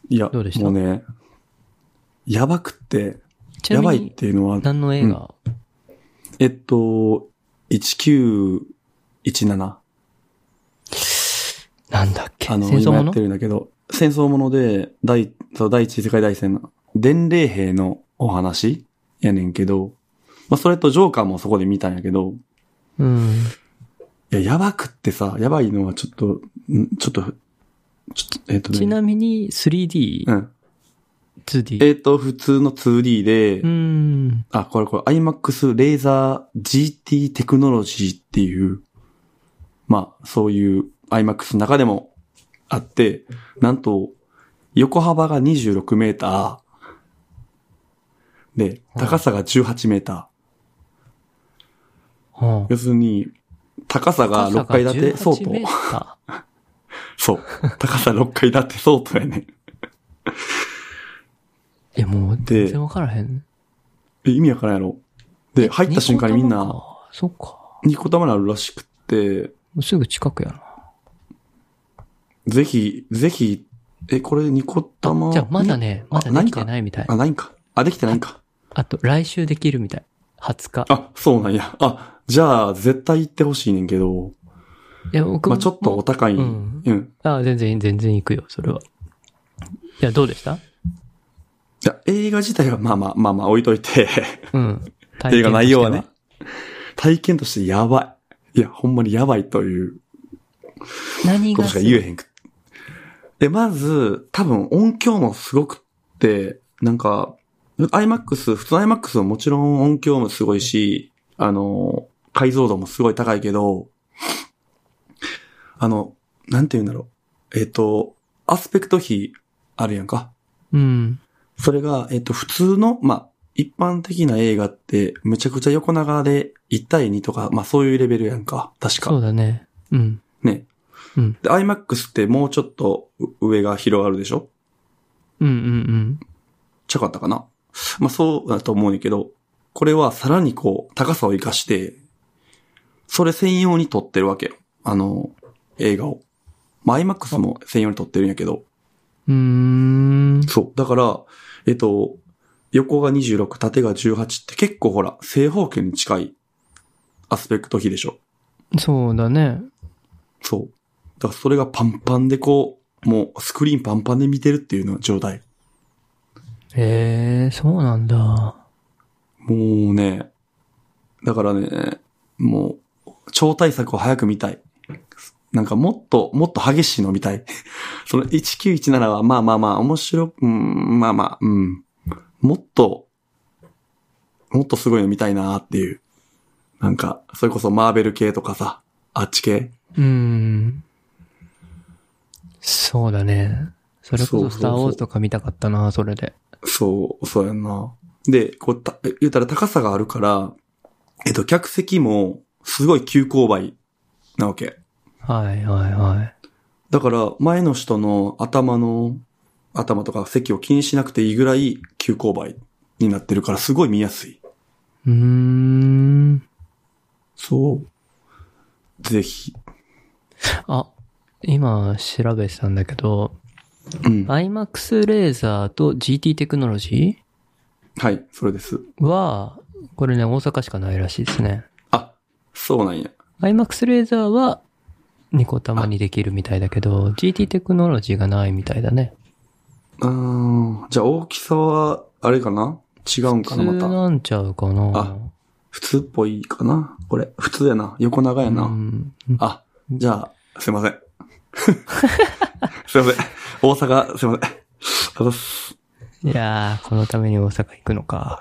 A: いや、
B: どうでした
A: もうね、やばくって、
B: ち
A: や
B: な
A: ば
B: み
A: いっ
B: に、
A: ていうのは、
B: 何の映画、
A: えっと、1917。
B: なんだっけ
A: あ
B: 戦
A: の、
B: 争
A: 今
B: も
A: や
B: の
A: ってるんだけど、戦争もので、第、そう第一次世界大戦の、伝令兵のお話やねんけど、まあ、それとジョーカーもそこで見たんやけど、
B: うん。
A: いや、やばくってさ、やばいのはちょっと、んちょっと、ちょっと、えっとね、
B: ちなみに 3D、
A: うん。
B: 2D。
A: えっと、普通の 2D で、
B: うん。
A: あ、これこれ IMAX レーザー GT テクノロジーっていう、まあ、そういう IMAX の中でもあって、なんと、横幅が26メーター、で、高さが18メーター。
B: は
A: 要するに、高さが6階建て相当。
B: 当。
A: そう。高さ6階建て相当やね。
B: いや、もう、
A: で
B: 全然わからへん。
A: え意味わからんやろ。で、入った瞬間にみん
B: ニコ
A: な、
B: 玉か。そっか。も
A: ニコ玉になるらしくって、
B: うすぐ近くやな。
A: ぜひ、ぜひ、え、これ、ニコ玉。
B: じゃあ、まだね、
A: あ
B: まだできてないみたい
A: あ、。ないんか。あ、できてないんか。
B: あと、来週できるみたい。20日。
A: あ、そうなんや。あ、じゃあ、絶対行ってほしいねんけど、
B: いや、僕
A: ま
B: も。
A: あちょっとお高い。う
B: うん
A: ん。い
B: あ、全然、全然行くよ、それは。いや、どうでした
A: や、映画自体はまあまあ、まあまあ置いといて、
B: うん。
A: 映画内容はね。体験としてやばい。いや、ほんまにやばいという
B: 何
A: こと
B: が
A: しか言えへんく。で、まず、多分音響もすごくって、なんか、IMAX、普通の IMAX はもちろん音響もすごいし、あの、解像度もすごい高いけど、あの、なんて言うんだろう。えっ、と、アスペクト比あるやんか。
B: うん。
A: それが、えっ、と、普通の、まあ、一般的な映画って、むちゃくちゃ横長で1対2とか、まあそういうレベルやんか。確
B: そう
A: か。
B: だね。うん。
A: ね。
B: うん。
A: で、IMAX ってもうちょっとう上が広がるでしょ
B: うんうん
A: ちゃかったかなまあそうだと思うねんだけど、これはさらにこう、高さを活かして、それ専用に撮ってるわけよ。あの、映画を。まあ IMAX も専用に撮ってるんやけど、
B: うん。うーん。
A: そう。だから、えっと、横が26、縦が18って結構ほら、正方形に近いアスペクト比でしょ。
B: そうだね。
A: そう。だからそれがパンパンでこう、もうスクリーンパンパンで見てるっていうような状態。
B: へえ、そうなんだ。
A: もうね、だからね、もう、超対策を早く見たい。なんかもっと、もっと激しいの見たい。 *laughs* その1917はまあまあまあ面白く、うん、まあまあ、うん。もっと、もっとすごいの見たいなーっていう。なんか、それこそマーベル系とかさ、あっち系。
B: うーん。そうだね。それこ
A: そ
B: そう
A: そうそう
B: スターウォーズとか見たかったな、それで。
A: そう、そうやんな。で、こう、た言うたら高さがあるから、えっと、客席もすごい急勾配なわけ。
B: はいはいはい。
A: だから、前の人の頭の、頭とか席を気にしなくていいぐらい急勾配になってるから、すごい見やすい。
B: うーん。
A: そう。ぜひ。
B: あ、今調べてたんだけど、
A: うん。は
B: IMAX レーザーと GT テクノロジ
A: い、それです。
B: ーは、これね、大阪しかないらしいですね。
A: あ、そうなんや。
B: IMAX レーザーはニコタマにできるみたいだけど、GT テクノロジーがないみたいだね。
A: うーん。じゃあ大きさは、あれかな違うん
B: 普
A: か
B: 通
A: なまた。
B: なんちゃうか
A: あ
B: な。
A: 普通っぽいかなこれ。普通やな。横長やな。
B: うん。
A: あ、じゃあ、すいません。 *laughs* すいません。大阪、すいません。あざっす。
B: いやー、このために大阪行くのか。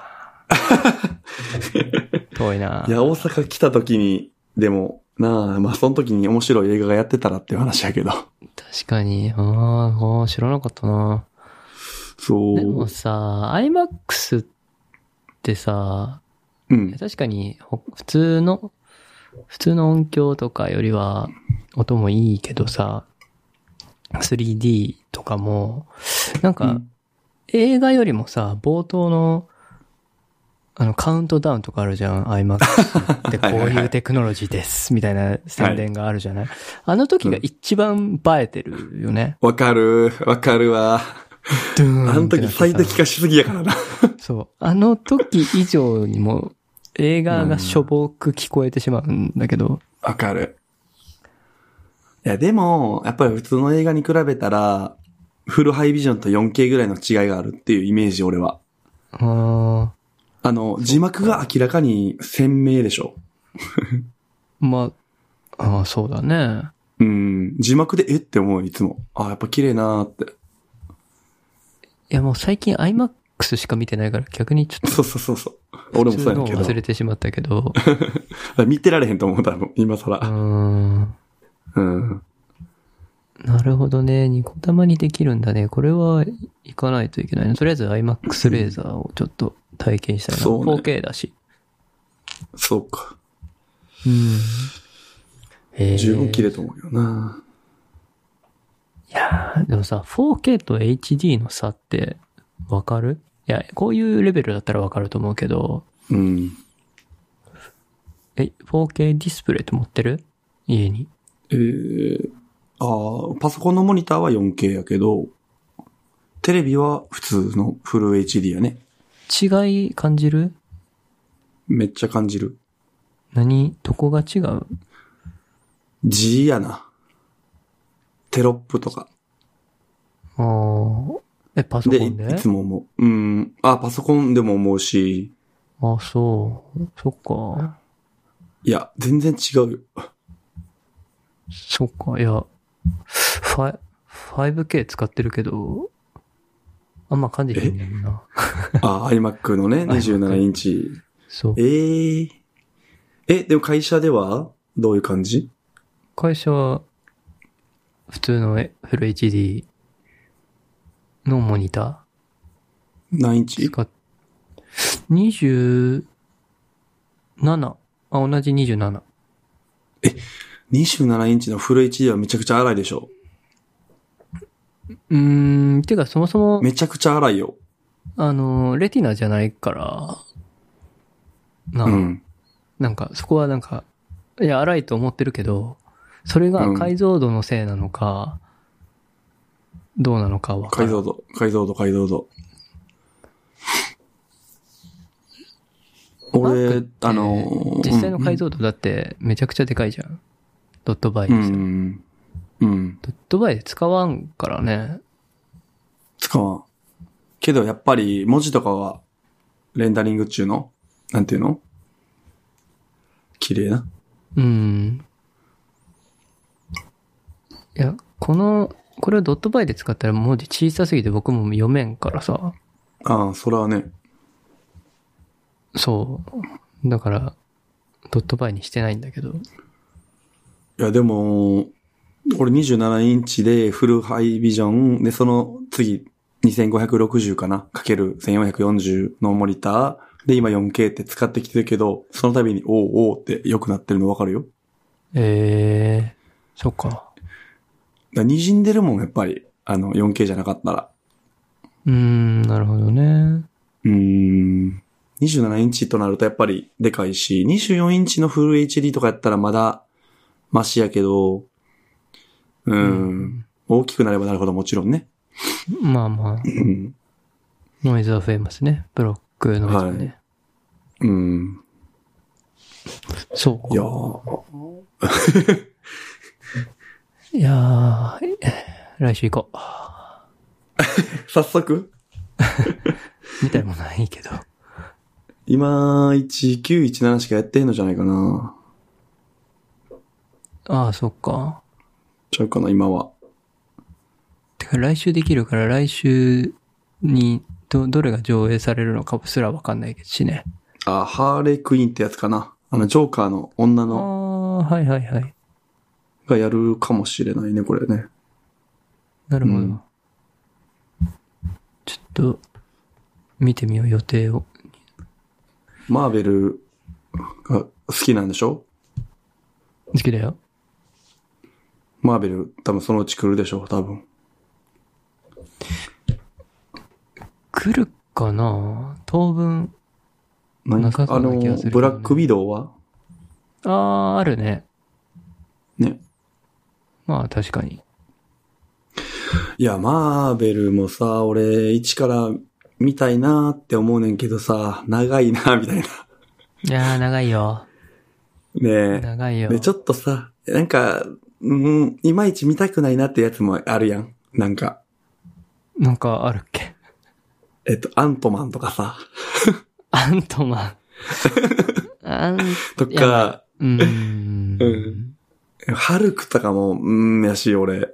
B: 遠いない
A: や、大阪来た時に、でも、なあ、まあ、その時に面白い映画がやってたらっていう話やけど。
B: 確かに。あーあー、知らなかったな。
A: *laughs* そう。
B: でもさ、IMAX ってさ、
A: うん。
B: 確かにほ普通の、普通の音響とかよりは音もいいけどさ、3D とかも、なん
A: う
B: か
A: ん
B: 映画よりもさ、冒頭の、あの、カウントダウンとかあるじゃん、IMAX *laughs* ってこ
A: はいは
B: う
A: いはいいう
B: テクノロジーです、みたいな宣伝があるじゃない、あの時が一番映えてるよね。
A: わかる、わかるわ。
B: ドゥーン
A: あの
B: ってな
A: 時
B: ってさ
A: 最適化しすぎやからな。
B: そう。あの時以上にも映画がしょぼく聞こえてしまうんだけど。
A: *laughs* わかる。いや、でも、やっぱり普通の映画に比べたら、フルハイビジョンと 4K ぐらいの違いがあるっていうイメージ、俺は。
B: あ
A: あの、字幕が明らかに鮮明でしょ。
B: ーまあ、あーそうだね。
A: うん、字幕でえって思う、いつも。あ、やっぱ綺麗なーって。 *laughs*
B: いやもう最近 IMAX しか見てないから逆にちょっ
A: そうそうそうそう。
B: と
A: 俺も
B: 普
A: そう
B: 通
A: やねん
B: のを
A: けど。
B: 忘れてしまったけ *laughs* ど。
A: 見てられへんと思う、多分、今
B: うー
A: 更。
B: ん。
A: うん。
B: *laughs* なるほどね。ニコ玉にできるんだね。これは行かないといけないね。とりあえず IMAX レーザーをちょっと体験したいな。
A: そうね
B: 4K だし。
A: そうか。
B: うん。えー
A: 十分綺麗と思うよな。
B: いやーでもさ、4K と HD の差ってわかるいや、こういうレベルだったらわかると思うけど、
A: うん。
B: え、4K ディスプレイって持ってる家に。
A: えー、あーパソコンのモニターは 4K やけど、テレビは普通のフル HD やね。
B: 違い感じる
A: めっちゃ感じる。
B: 何どこが違う
A: G やな。テロップとか。
B: あーえ、パソ
A: で、
B: コ
A: い
B: ンで
A: いつも思う。うん。あ、パソコンでも思うし、
B: あ、そう。そっか。
A: いや、全然違うよ。
B: そっか。いや、ファイ 5K 使ってるけど、あんま感じてないんだよな。
A: あ、iMac *laughs* のね、27インチ。
B: そう
A: え。ー。え、でも会社ではどういう感じ
B: 会社は、普通のえフル HD のモニタ
A: 何イン
B: ー
A: チ
B: 使っ、27。あ、同じ27。
A: ?27 インチのフル HD はめちゃくちゃ荒いでしょ。
B: うーん、てかそもそも、
A: めちゃくちゃ荒いよ。
B: あの、レティナじゃないから、な、
A: うん。
B: なんか、そこはなんか、いや、荒いと思ってるけど、それが解像度のせいなのか、どうなのかは。
A: 解像度、解像度、解像度。俺、あのー、
B: 実際の解
A: 像
B: 像度だってめちゃくちゃでかいじゃん。ドットバイ
A: う
B: で
A: ん
B: さ。
A: うん。うん。
B: ドットバイで使わんからね。
A: 使わん。けどやっぱり文字とかは、レンダリング中の、なんていうの綺麗な。
B: うん。いや、この、これをドットバイで使ったら文字小さすぎて僕も読めんからさ。
A: ああ、それはね。
B: そう。だから、ドットバイにしてないんだけど。
A: いや、でも、俺27インチでフルハイビジョン、で、その次、2560かなかける1440のモニターで今 4K って使ってきてるけど、その度におうおうって良くなってるのわかるよ。
B: ええそっか。
A: だから滲んでるもん、やっぱり。あの、4K じゃなかったら。
B: うーん、なるほどね。
A: うーん。27インチとなるとやっぱりでかいし、24インチのフル HD とかやったらまだマシやけど、うーん。
B: うん
A: 大きくなればなるほどもちろんね。
B: まあまあ、
A: うん。
B: ノイズは増えますね。ブロックノイズはね。
A: うん。
B: そ
A: いやー
B: う。いやー、来週行こ
A: 早速
B: う。みたいもないけど。
A: 今、1917しかやってんのじゃないかな。
B: *laughs* ああ、そっか。
A: ちゃうかな、今は。
B: てか来週できるから来週にど、どれが上映されるのかすらわかんないしね。
A: あ、ハーレークイーンってやつかな。あの、ジョーカーの女
B: あ
A: の
B: あ、はいはいはい。
A: がやるかもしれないね、これね。
B: なるほど。
A: うん
B: ちょっと、見てみよう、予定を。
A: マーベルが好きなんでしょ
B: 好きだよ。
A: マーベル多分そのうち来るでしょ多分。
B: 来るかな当分。
A: 何
B: なさ
A: あ
B: そう
A: の
B: な気がするけどね、
A: ブラックビドウは
B: ああ、あるね。
A: ね。
B: まあ確かに。
A: いや、マーベルもさ、俺、一から見たいなーって思うねんけどさ、長いなーみたいな。
B: いやー、長いよ。
A: ね
B: 長い
A: え。
B: よ。
A: で、ちょっとさ、なんか、うん、いまいち見たくないなってやつもあるやん。なんか、
B: なんかあるっけ *laughs*
A: えっと、アントマンとかさ、
B: アントマン。アン、
A: と
B: いや
A: か、
B: うーん。
A: うんハルクとかも、うーん、やし、俺。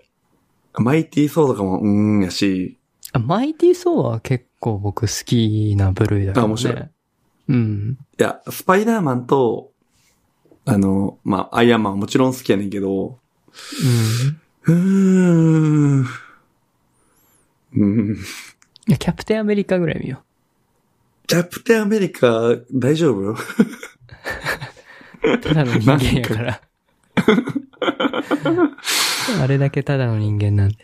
A: マイティーソーとかも、うーん、やし。
B: あマイティーソーは結構僕好きな部類だけど、ね。
A: あ面白い。
B: うん。
A: いや、スパイダーマンと、あの、まあ、アイアンマンはもちろん好きやねんけど、
B: うん。
A: うーん。うーん。
B: いや、キャプテンアメリカぐらい見よ
A: キャプテンアメリカ、大丈夫
B: う。ただの人間やから。 *laughs* あれだけただの人間なんで。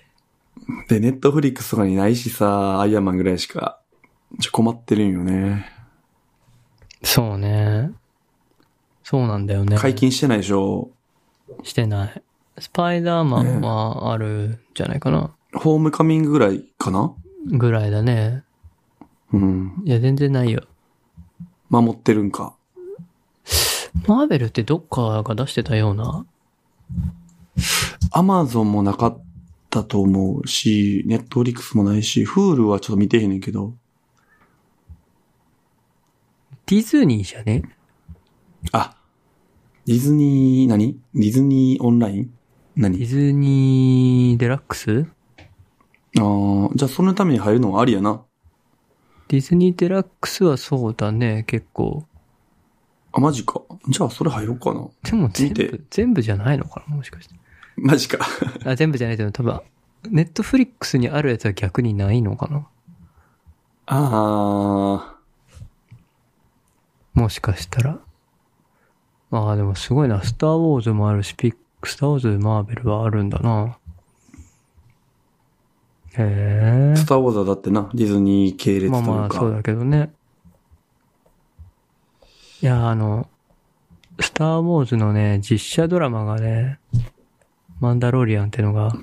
A: で、ネットフリックスとかにないしさ、アイアンマンぐらいしか。ちょ、困ってるんよね。
B: そうね。そうなんだよね。
A: 解禁してないでしょ。
B: してない。スパイダーマンはあるんじゃないかな。
A: ホームカミングぐらいかな
B: ぐらいだね。
A: うん。
B: いや、全然ないよ。
A: 守ってるんか。
B: マーベルってどっかが出してたような。
A: アマゾンもなかったと思うし、ネットフリックスもないし、フールはちょっと見てへんねんけど。
B: ディズニーじゃね
A: あ、ディズニー何、ディズニーオンライン
B: ディ
A: 何
B: ズニーデラックス
A: あーじゃあそのために入るのはありやな。
B: ディズニーデラックスはそうだね、結構。
A: あ、マジか。じゃあそれ入ろうかな。
B: でも全
A: 見て
B: 部、全部じゃないのかなもしかして。
A: マジか。 *laughs*
B: あ、全部じゃないけど、多分、ネットフリックスにあるやつは逆にないのかな
A: あ
B: もしかしたら。ああ、でもすごいな。スターウォーズもあるし、ピック、スターウォーズ、マーベルはあるんだな。へ
A: ー、ス
B: え。
A: ターウォーズはだってな、ディズニー系列とい
B: まあ
A: うか。
B: まあ、そうだけどね。いや、あの、スターウォーズのね、実写ドラマがね、マンダロリアンってのが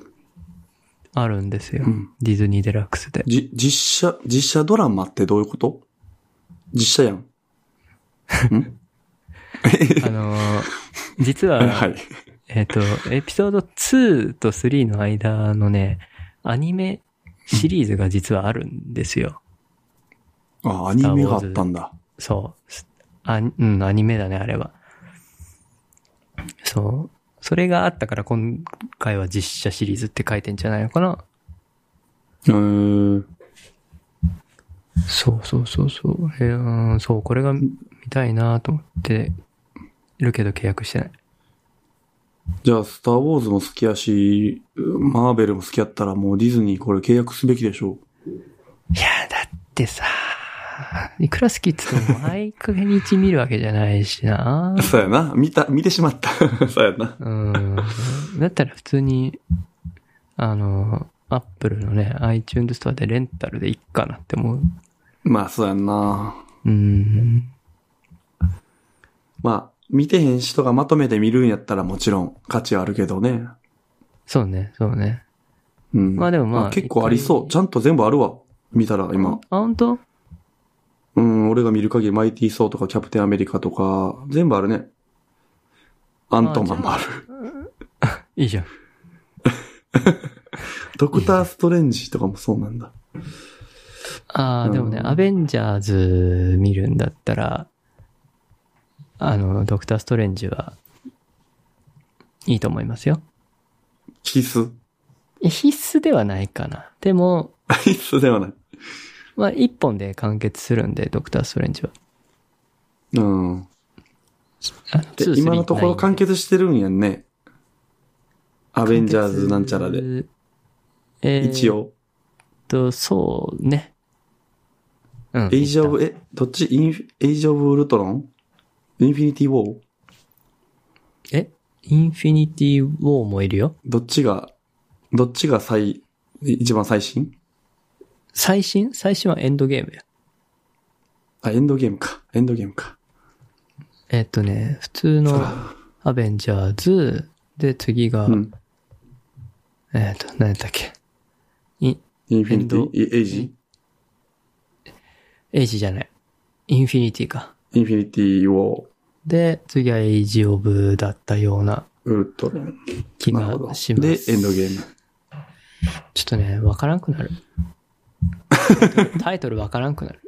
B: あるんですよ。
A: うん
B: ディズニーデラックスで。
A: じ、実写、実写ドラマってどういうこと実写やん。ん
B: あのー、実は、
A: はい。
B: えっ、と、エピソード2と3の間のね、アニメシリーズが実はあるんですよ。
A: あ、アニメがあったんだ。
B: そう。すあうん、アニメだね、あれは。そう。それがあったから今回は実写シリーズって書いてんじゃないのかな
A: うーん。
B: そうそうそうそう。へえうん、そう、これが見たいなと思ってるけど契約してない。
A: じゃあ、スターウォーズも好きやし、マーベルも好きやったらもうディズニーこれ契約すべきでしょ
B: いや、だってさ、いくら好きっつっても毎回日見るわけじゃないしな
A: う。 *laughs* そうやな。見た、見てしまった。 *laughs* そうやな。
B: うん。だったら普通に、あの、アップルのね、iTunes ストアでレンタルでいっかなって思う。
A: まあ、そうやんな。
B: うん。
A: まあ、見てへん人がまとめて見るんやったらもちろん価値はあるけどね。
B: そうね、そうね。
A: うん。
B: まあでもまあ
A: 結構ありそ
B: 一回
A: う。ちゃんと全部あるわ。見たら今。
B: あ、本当
A: うん、俺が見る限りマイティー・ソーとかキャプテン・アメリカとか、全部あるね。アントマンもある。
B: いいじゃん。
A: ドクターストレンジとかもそうなんだ。
B: ああ、
A: うん
B: でもね、アベンジャーズ見るんだったら、あの、ドクターストレンジは、いいと思いますよ。
A: 必須。
B: いや必須ではないかな。でも、
A: 必須ではない。
B: まあ、一本で完結するんで、ドクターストレンジは。
A: うん。
B: あの
A: で
B: 2
A: 今のところ完結してるんやんね。ア
B: ア
A: ベンジャーズなんちゃらで。。
B: えー、
A: 一。応。
B: と、そうね。うん。
A: エイジオ
B: 一
A: ブ、え、どっちインフィエイジオブウルトロンインフィニティウォー
B: 旦えインフィニティ・ウォーもいるよ。
A: どっちが、どっちが最、一番最新
B: 最新最新はエンドゲームや。
A: あ、エンドゲームか。エンドゲームか。
B: えっとね、普通
A: そう
B: の
A: だ
B: アベンジャーズ、で、次が、
A: うん。
B: えっと、何やったっけ。イン、
A: インフィニテ
B: エンド
A: ィ、エイジ
B: エイジじゃない。インフィニティか。
A: インフィニティウォー
B: で、次はエイジ・オブだったような
A: ウルトロン。
B: 気
A: な
B: が
A: るほど。
B: しま
A: で、
B: す。
A: エンドゲーム。
B: ちょっとね、わからんくなる。
A: *laughs*
B: タイトルわからんくなる。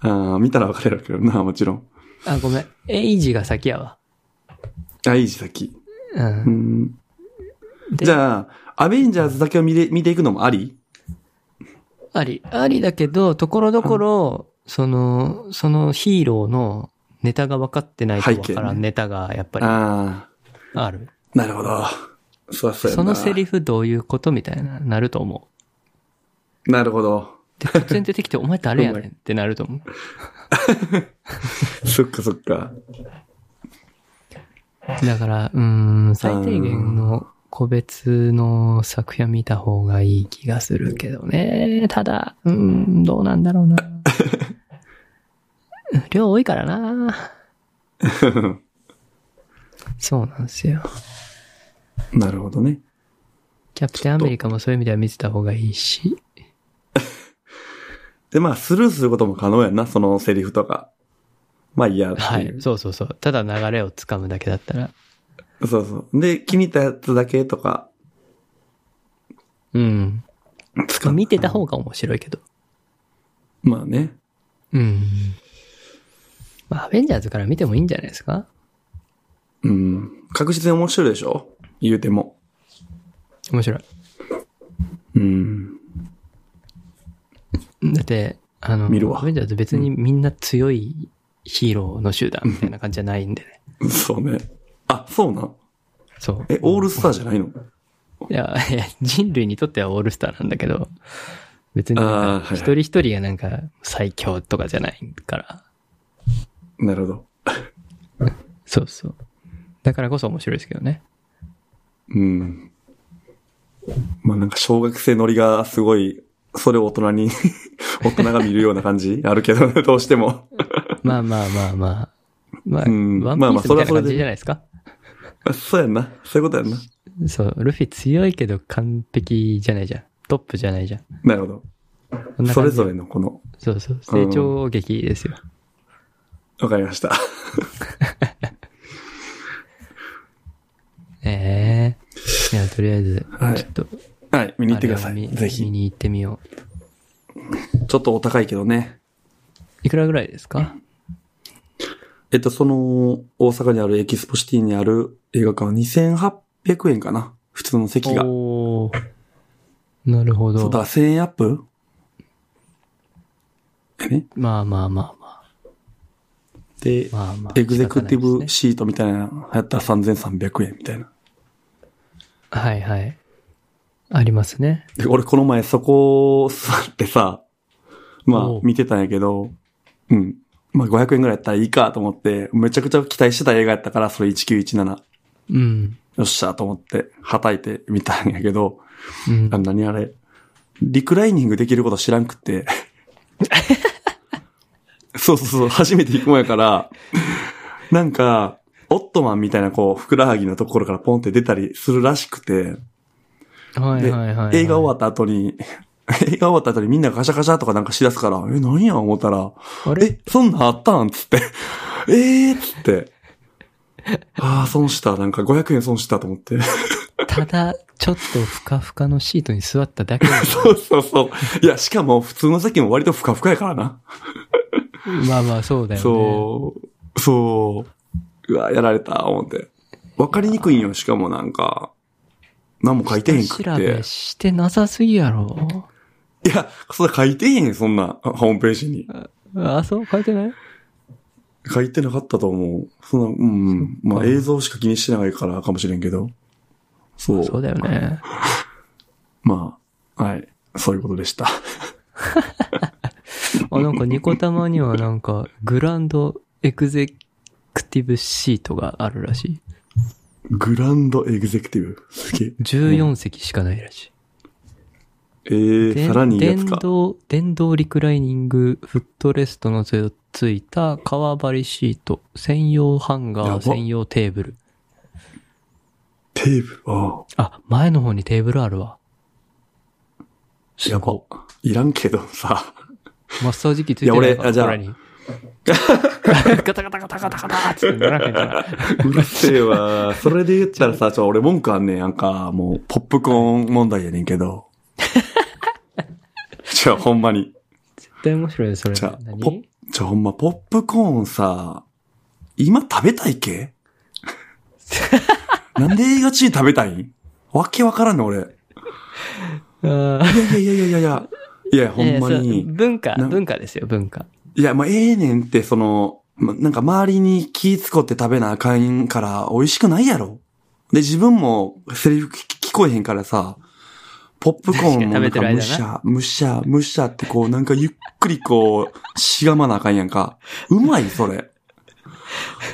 A: ああ、見たらわかるやろうけどな、もちろん。
B: あ、ごめん。エイジが先やわ。
A: あ、エイジ先。
B: う。
A: うんん。
B: で
A: じゃあ、アベンジャーズだけを見れ、見ていくのもあり
B: あり。ありだけど、ところどころ、その、そのヒーローのネタが分かってないと
A: 背
B: 分
A: 景ね
B: からんネタがやっぱり
A: あ
B: ある。
A: あ、なるほど。そうそうや
B: そ
A: な
B: のセリフどういうことみたいな、なると思う。
A: なるほど。
B: で、突然出てきて、お前誰や
A: う
B: ね
A: ま
B: ん
A: い
B: ってなると思う。
A: そっかそっか。
B: だから、うーん、最低限の個別の作品は見た方がいい気がするけどね。ただ、うーん、どうなんだろう *laughs* な。量多いからな。そうなんですよ。
A: なるほどね。
B: キャプテンアメリカもそういう意味では見てた方がいいし。
A: で、まあ、スルーすることも可能やな、そのセリフとか。まあ、いいやっていう。
B: はい。そうそうそう。ただ流れをつかむだけだったら。
A: そうそう。で、気に入ったやつだけとか、
B: うん。
A: つ
B: まあ
A: か
B: 見てた方が面白いけど。
A: まあね。
B: うん。まあ、アベンジャーズから見てもいいんじゃないですか
A: うん。確実に面白いでしょ言うても。
B: 面白い。
A: うん。
B: だって、あの、
A: 見るわ
B: アベンジャーズ別にみんな強いヒーローの集団みたいな感じじゃないんでね。
A: そうね。あ、 *laughs* そうなん
B: そう。
A: え、オールスターじゃないの
B: いや、いや人類にとってはオールスターなんだけど、別に
A: あーはいはい
B: 一人一人がなんか最強とかじゃないから。
A: なるほど。
B: そうそう。だからこそ面白いですけど
A: *laughs*
B: ね。
A: うん。まあなんか小学生乗りがすごい、それを大人に、 *laughs* 大人が見るような感じあるけど、 *laughs* どうしても。
B: まあまあまあまあ。まあ、ワンピ
A: うん
B: ースみたいな感じじゃないですか。
A: そうやんな。そういうことやんな。
B: そう、ルフィ強いけど完璧じゃないじゃん。トップじゃないじゃん。
A: なるほ
B: こん
A: ど。
B: な感じ
A: それぞれのこの、
B: そうそう。成長劇ですよ。
A: わかりました。 *laughs*
B: ええいや、とりあえず、
A: はい
B: ちょっと、
A: はい、見に行ってくだ
B: あ
A: さ
B: れを
A: い。
B: 見
A: ぜ
B: 見
A: ひ。
B: に行ってみよう。
A: ちょっとお高いけどね。
B: いくらぐらいですか
A: えっと、その、大阪にあるエキスポシティにある映画館は2800円かな。普通の席が。
B: おーなるほ
A: そ
B: ど
A: う。だ、1000円アップえね。
B: まあまあまあま
A: で、
B: あ。まあまあ。
A: エグゼクティブシ
B: 仕
A: ートみたいなのやったら3300円みたいな。
B: 方ないですねはいはい。ありますね。
A: で俺この前そこ座ってさ、ま
B: お
A: あ
B: う
A: 見てたんやけど、うん。まあ500円ぐらいやったらいいかと思って、めちゃくちゃ期待してた映画やったから、それ1917。
B: うん。
A: よっしゃと思って、はたいてみたんやけど、
B: うん
A: あ、何あれ、リクライニングできること知らんく
B: *laughs*
A: って。そうそうそう、初めて行くもんやから、なんか、オットマンみたいなこう、ふくらはぎのところからポンって出たりするらしくて、
B: はい
A: で、
B: はいはいはい。
A: 映画終わった後に、映画終わった後にみんなガシャガシャとかなんかしだすから、え、何や思ったら、
B: あれ
A: え、そんなんあったんつって、えーっつって、ああ、損した。なんか500円損したと思って。 *laughs*
B: ただ、ちょっとふかふかのシートに座った
A: *laughs*
B: だけで
A: そうそうそう。いや、しかも普通の席も割とふかふかやからな。
B: まあまあ、そうだよね。
A: そう。そう。うわ、やられた、思って。わかりにくいんよ、しかもなんか。何も書いてへんく
B: 下
A: っ
B: 調
A: て
B: べ。してなさすぎやろ。
A: いや、それ書いてへん、そんな、あホームページに。
B: あ、そう書いてない
A: 書いてなかったと思う。そんな、うん。
B: そっか
A: まあ映像しか気にしてないからかもしれんけど。そう。
B: そうだよね。
A: まあ、はい。そういうことでした。 *laughs*
B: あ、なんかニコタマにはなんか、グランドエグゼクティブシートがあるらしい。
A: グランドエグゼクティブ。すげえ。
B: 14席しかないらしい。
A: えー、
B: で
A: さらにいいや
B: 電
A: つか。
B: 動、電動リクライニングフットレストのついた革張りシート、専用ハン
A: や
B: ガ
A: ば
B: ー、専用テーブル。
A: テーブル。ああ。
B: あ、前の方にテーブルあるわ。
A: やば。いらんけどさ。
B: マッサージ機ついて
A: い
B: な
A: や
B: い
A: 俺あじゃあ
B: これにガタガタガタガタガタってならへんから。
A: うるせえわ。 *laughs* それで言ったらさ、ちょ、俺文句あんねん。なんか、もう、ポップコーン問題やねんけど。ちょ、ほんまに。
B: 絶対面白いよそれ。
A: じゃあ
B: 何
A: ポッちょ、ほんま、ポップコーンさ、今食べたい *laughs* けなんで映画中に食べたいんわけわからんの、俺。い
B: あー
A: やいやいやいやいや。いや、ほんま
B: いや
A: に
B: そう。文化、
A: なん
B: 文化ですよ、文化。
A: いや、まあ、ええねんって、その、まなんか周りに気使って食べなあかんから美味しくないやろ。で、自分もセリフ聞聞こえへんからさ、ポップコーンもなんか
B: 確かに食べてる間な
A: むしゃ、むしゃ、むしゃってこう、なんかゆっくりこう、しがまなあかんやんか。うまいそれ。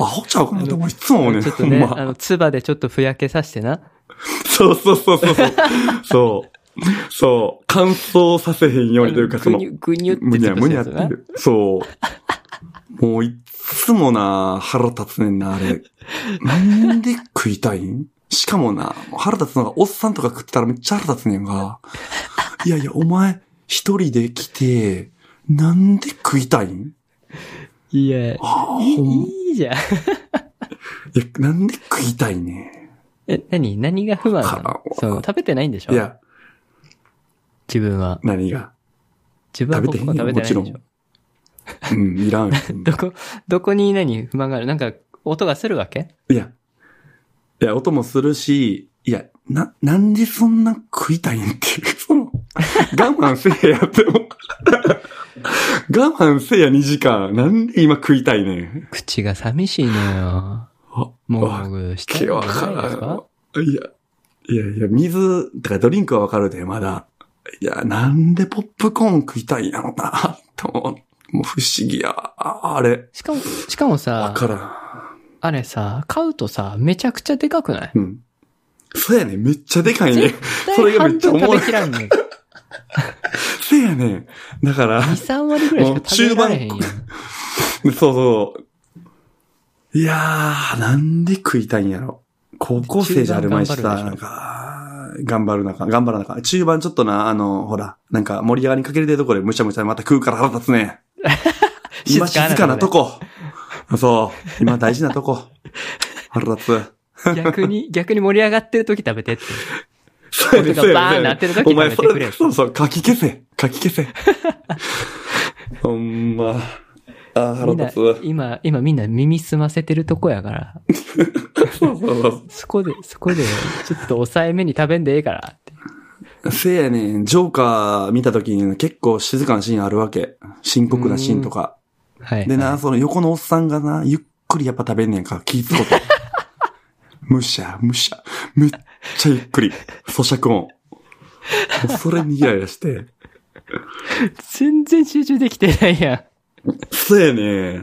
A: アホちゃうかなって俺いつも思うねん。
B: ちょっとね、
A: ほんま
B: あの、つばでちょっとふやけさせてな。
A: そうそうそうそうそう。そう。そう。乾燥させへんようにというか、そ
B: ぐ
A: の
B: にゅ、、ぐにゅって
A: むにゃ
B: 潰
A: む
B: す
A: にゃ
B: や
A: っ
B: つ
A: て
B: な。
A: る。そう。もういっつもな、腹立つねんな、あ
B: *laughs*
A: れ。なんで食いたいんしかもな、腹立つのがおっさんとか食ってたらめっちゃ腹立つねんが。いやいや、お前、一人で来て、なんで食いたいん
B: いや、い
A: あほんい
B: いじゃん。
A: や、なんで食いたいね
B: え、何何が不満な
A: か
B: のそう、食べてないんでしょ
A: いや、
B: 自分は。
A: 何が
B: 自分は
A: 食
B: ポ
A: べてへ
B: ップ
A: ん
B: コ
A: よ
B: ーン食べて
A: も
B: な
A: ち
B: い
A: ろ
B: んでし
A: ん
B: ょ。
A: うん、いらんよ。そんな
B: どこ、どこに何不満があるなんか、音がするわけ
A: いや。いや、音もするし、いや、な、なんでそんな食いたいんっていう、 *laughs* その、我慢せえやっても。 *laughs* 我慢せえや2時間。なんで今食いたいねん。
B: 口が寂しいのよ。
A: あ
B: もぐも
A: わ
B: ぐして
A: け
B: るん
A: わ
B: じゃ
A: か
B: ないですから
A: ん。いや、いやいや、水、だからドリンクはわかるで、まだ。いや、なんでポップコーン食いたいんやろな、と思う。もう不思議やわ。ああれ、
B: しかも、しかも
A: わ
B: さ、
A: からん。
B: あれさ、買うとさ、めちゃくちゃでかくない
A: うん。そうやねん、めっちゃでかいねん。 *laughs* それが
B: 絶対
A: め
B: 半
A: っちゃお
B: 分
A: も
B: 食
A: ろい
B: べきらんねん。2、
A: せやねん。だ
B: *laughs*
A: から、
B: 3割ぐらいしか食べられへん
A: *laughs*
B: や
A: も
B: ん
A: う。そうそう。いやー、なんで食いたいんやろ。高校生じゃあるまいし
B: 中
A: さ、
B: 盤
A: なん
B: 頑張るでし
A: か、頑張るなか、頑張らなか。中盤ちょっとな、あの、ほら、なんか盛り上がりにかけるでとこでむしゃむしゃまた食うから腹立つ
B: *laughs*
A: ね。今静かなとこ。そう。今大事なとこ。腹立つ。
B: 逆に、逆に盛り上がってる時食べてって。
A: そうやねん
B: 音がバーンなってる時
A: お前、そ
B: 食べてくれ
A: れ、そうそう、書き消せ。書き消
B: *laughs*
A: せ。ほんま。あー、腹
B: みんな
A: 立つわ、。
B: 今、今みんな耳澄ませてるとこやから、
A: そうそう *laughs* そう。
B: そこで、 *laughs* そこで、ちょっと抑えめに食べんでええからって。
A: せやねん、ジョーカー見た時に結構静かなシーンあるわけ。深刻なシーンとか。
B: はい。
A: でな、その横のおっさんがな、ゆっくりやっぱ食べんねんから気ぃつ
B: *laughs*
A: こと。むしゃ、むしゃ、めっちゃゆっくり。咀嚼音。もうそれにイライラして。
B: 全然集中できてないや
A: せやね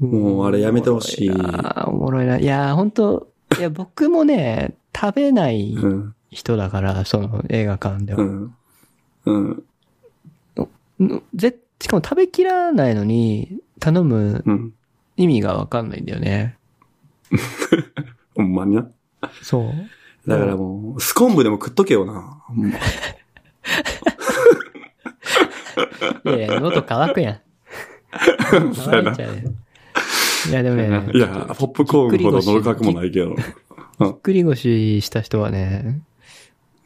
A: ん。
B: ん。
A: もうあれやめてほしい
B: おもろなおもろいな。いやー、本当いや、僕もね、食べない
A: うん、
B: 人だから、その映画館で
A: う
B: は。
A: ん、うん、
B: のぜしかも食べきらないのに、頼む
A: うん。
B: 意味がわかんないんだよね。
A: ほんまにな。
B: そう。
A: だからもう、スコンブでも食っとけよな。ほんま
B: いやいや、喉乾くや
A: *laughs*
B: ん。
A: そうや
B: 乾
A: ない
B: ちゃうやん。いや、でもね、
A: *laughs* いや、ポップコーンほどのろかくもないけど。
B: ぎっくり腰した人はね、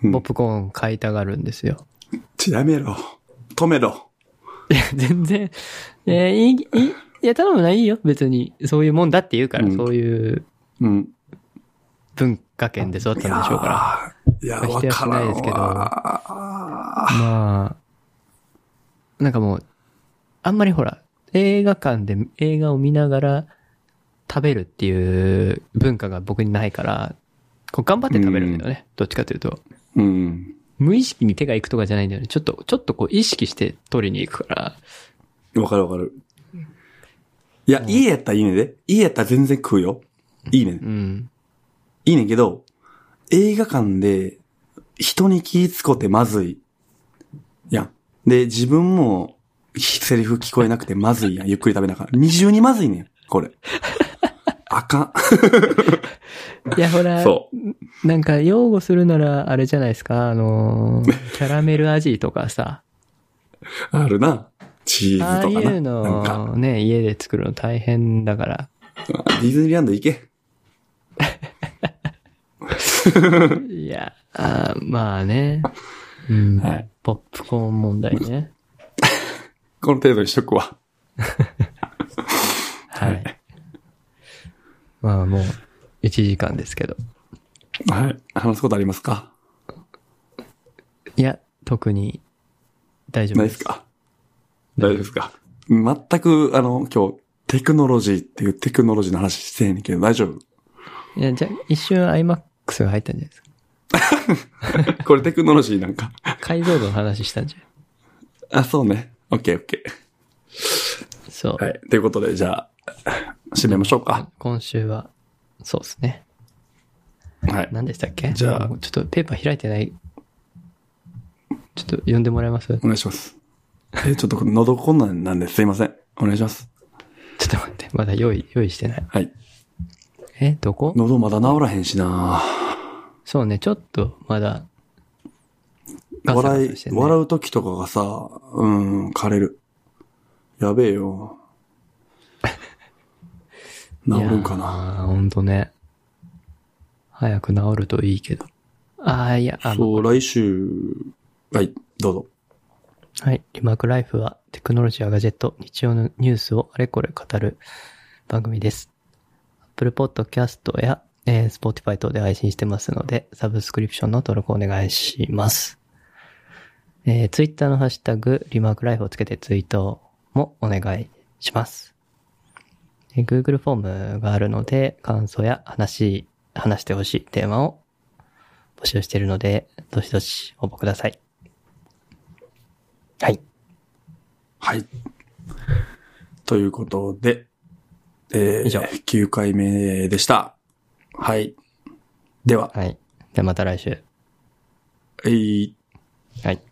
A: うん
B: ポップコーン買いたがるんですよ。 *laughs*
A: ちょやめろ。止めろ。
B: いや、全然、えーいい、いい、いや、頼むないいよ。別に、そういうもんだって言うから、
A: うん
B: そういう
A: うん。
B: 文化圏で育ったんでしょうから。
A: いや
B: ま
A: ー。いや、
B: あ否
A: わ
B: 定は
A: から
B: しなん
A: わ
B: いですけどまあ、なんかもう、あんまりほら、映画館で映画を見ながら食べるっていう文化が僕にないから、こう頑張って食べるんだよね。どっちかというと。
A: うん。
B: 無意識に手が行くとかじゃないんだよね。ちょっと、ちょっとこう意識して取りに行くから。
A: わかるわかる。いや、家やったらいいねんで。家やったら全然食うよ。いいねん。
B: うん。
A: いいねんけど、映画館で人に気ぃつこてまずい。やん。で、自分もセリフ聞こえなくてまずいやん。ゆっくり食べながら。二重にまずいねん。これ。あか
B: いや、ほ
A: ん。
B: ら、
A: そう。
B: なんか擁護するならあれじゃないですか。あの
A: *laughs*
B: ー、キャラメル味とかさ。
A: あるな。チーズとかな。
B: ああいう
A: なんか、
B: の、ね、家で作るの大変だから。
A: ディズニーランド行け。
B: いや、あーまあね。うん。
A: はい
B: ポップコーン問題ね。
A: この程度にしとくわ。
B: はい。まあもう、1時間ですけど。
A: はい。話すことありますか
B: いや、特に、大丈夫
A: ない
B: で。
A: ですすか大丈夫ですか全く、あの、今日、テクノロジーっていうテクノロジーの話してんねんけど、大丈 *laughs* 夫
B: いや、じゃあ一瞬 iMAX が入ったんじゃないですか。
A: これテクノロジーなんか。
B: 解像度の話したんじゃん。
A: あ、そうね。オッケーオッケ
B: そう。
A: ー。はい。ということで、じゃあ、締めましょうか。
B: 今週は、そうですね。
A: はい。
B: 何でしたっけ
A: じゃあ
B: もうちょっとペーパー開いてない。ちょっと読んでもらえますちょっ
A: お願いします。えーちょっとこれ喉こんなんなんですいません。お願いします。
B: と待って、まだ用意、用意してない。
A: はい。
B: え、どこ
A: 喉まだ治らへんしな
B: そうね、ちょっと、まだ、ガサガ
A: 笑
B: サ
A: い
B: して、んね
A: 笑う時とかがさ、うん、枯れる。やべえ
B: *laughs*
A: よ。治るんかな。
B: ああ、ほんとね。早く治るといいけど。ああ、いや、あ
A: そう、来週、はい、どうぞ。
B: はい。リマークライフはテクノロジーやガジェット、日曜のニュースをあれこれ語る番組です。Apple Podcast や、えー Spotify 等で配信してますので、サブスクリプションの登録お願いします。えー Twitter のハッシュタグ、リマークライフをつけてツイートもお願いします。えー Google フォームがあるので、感想や話、話してほしいテーマを募集しているので、どしどし応募ください。はい。
A: はい。ということで、え
B: 以上
A: ー、9回目でした。はい。では、
B: はい。ではまた来週。
A: えい
B: はい。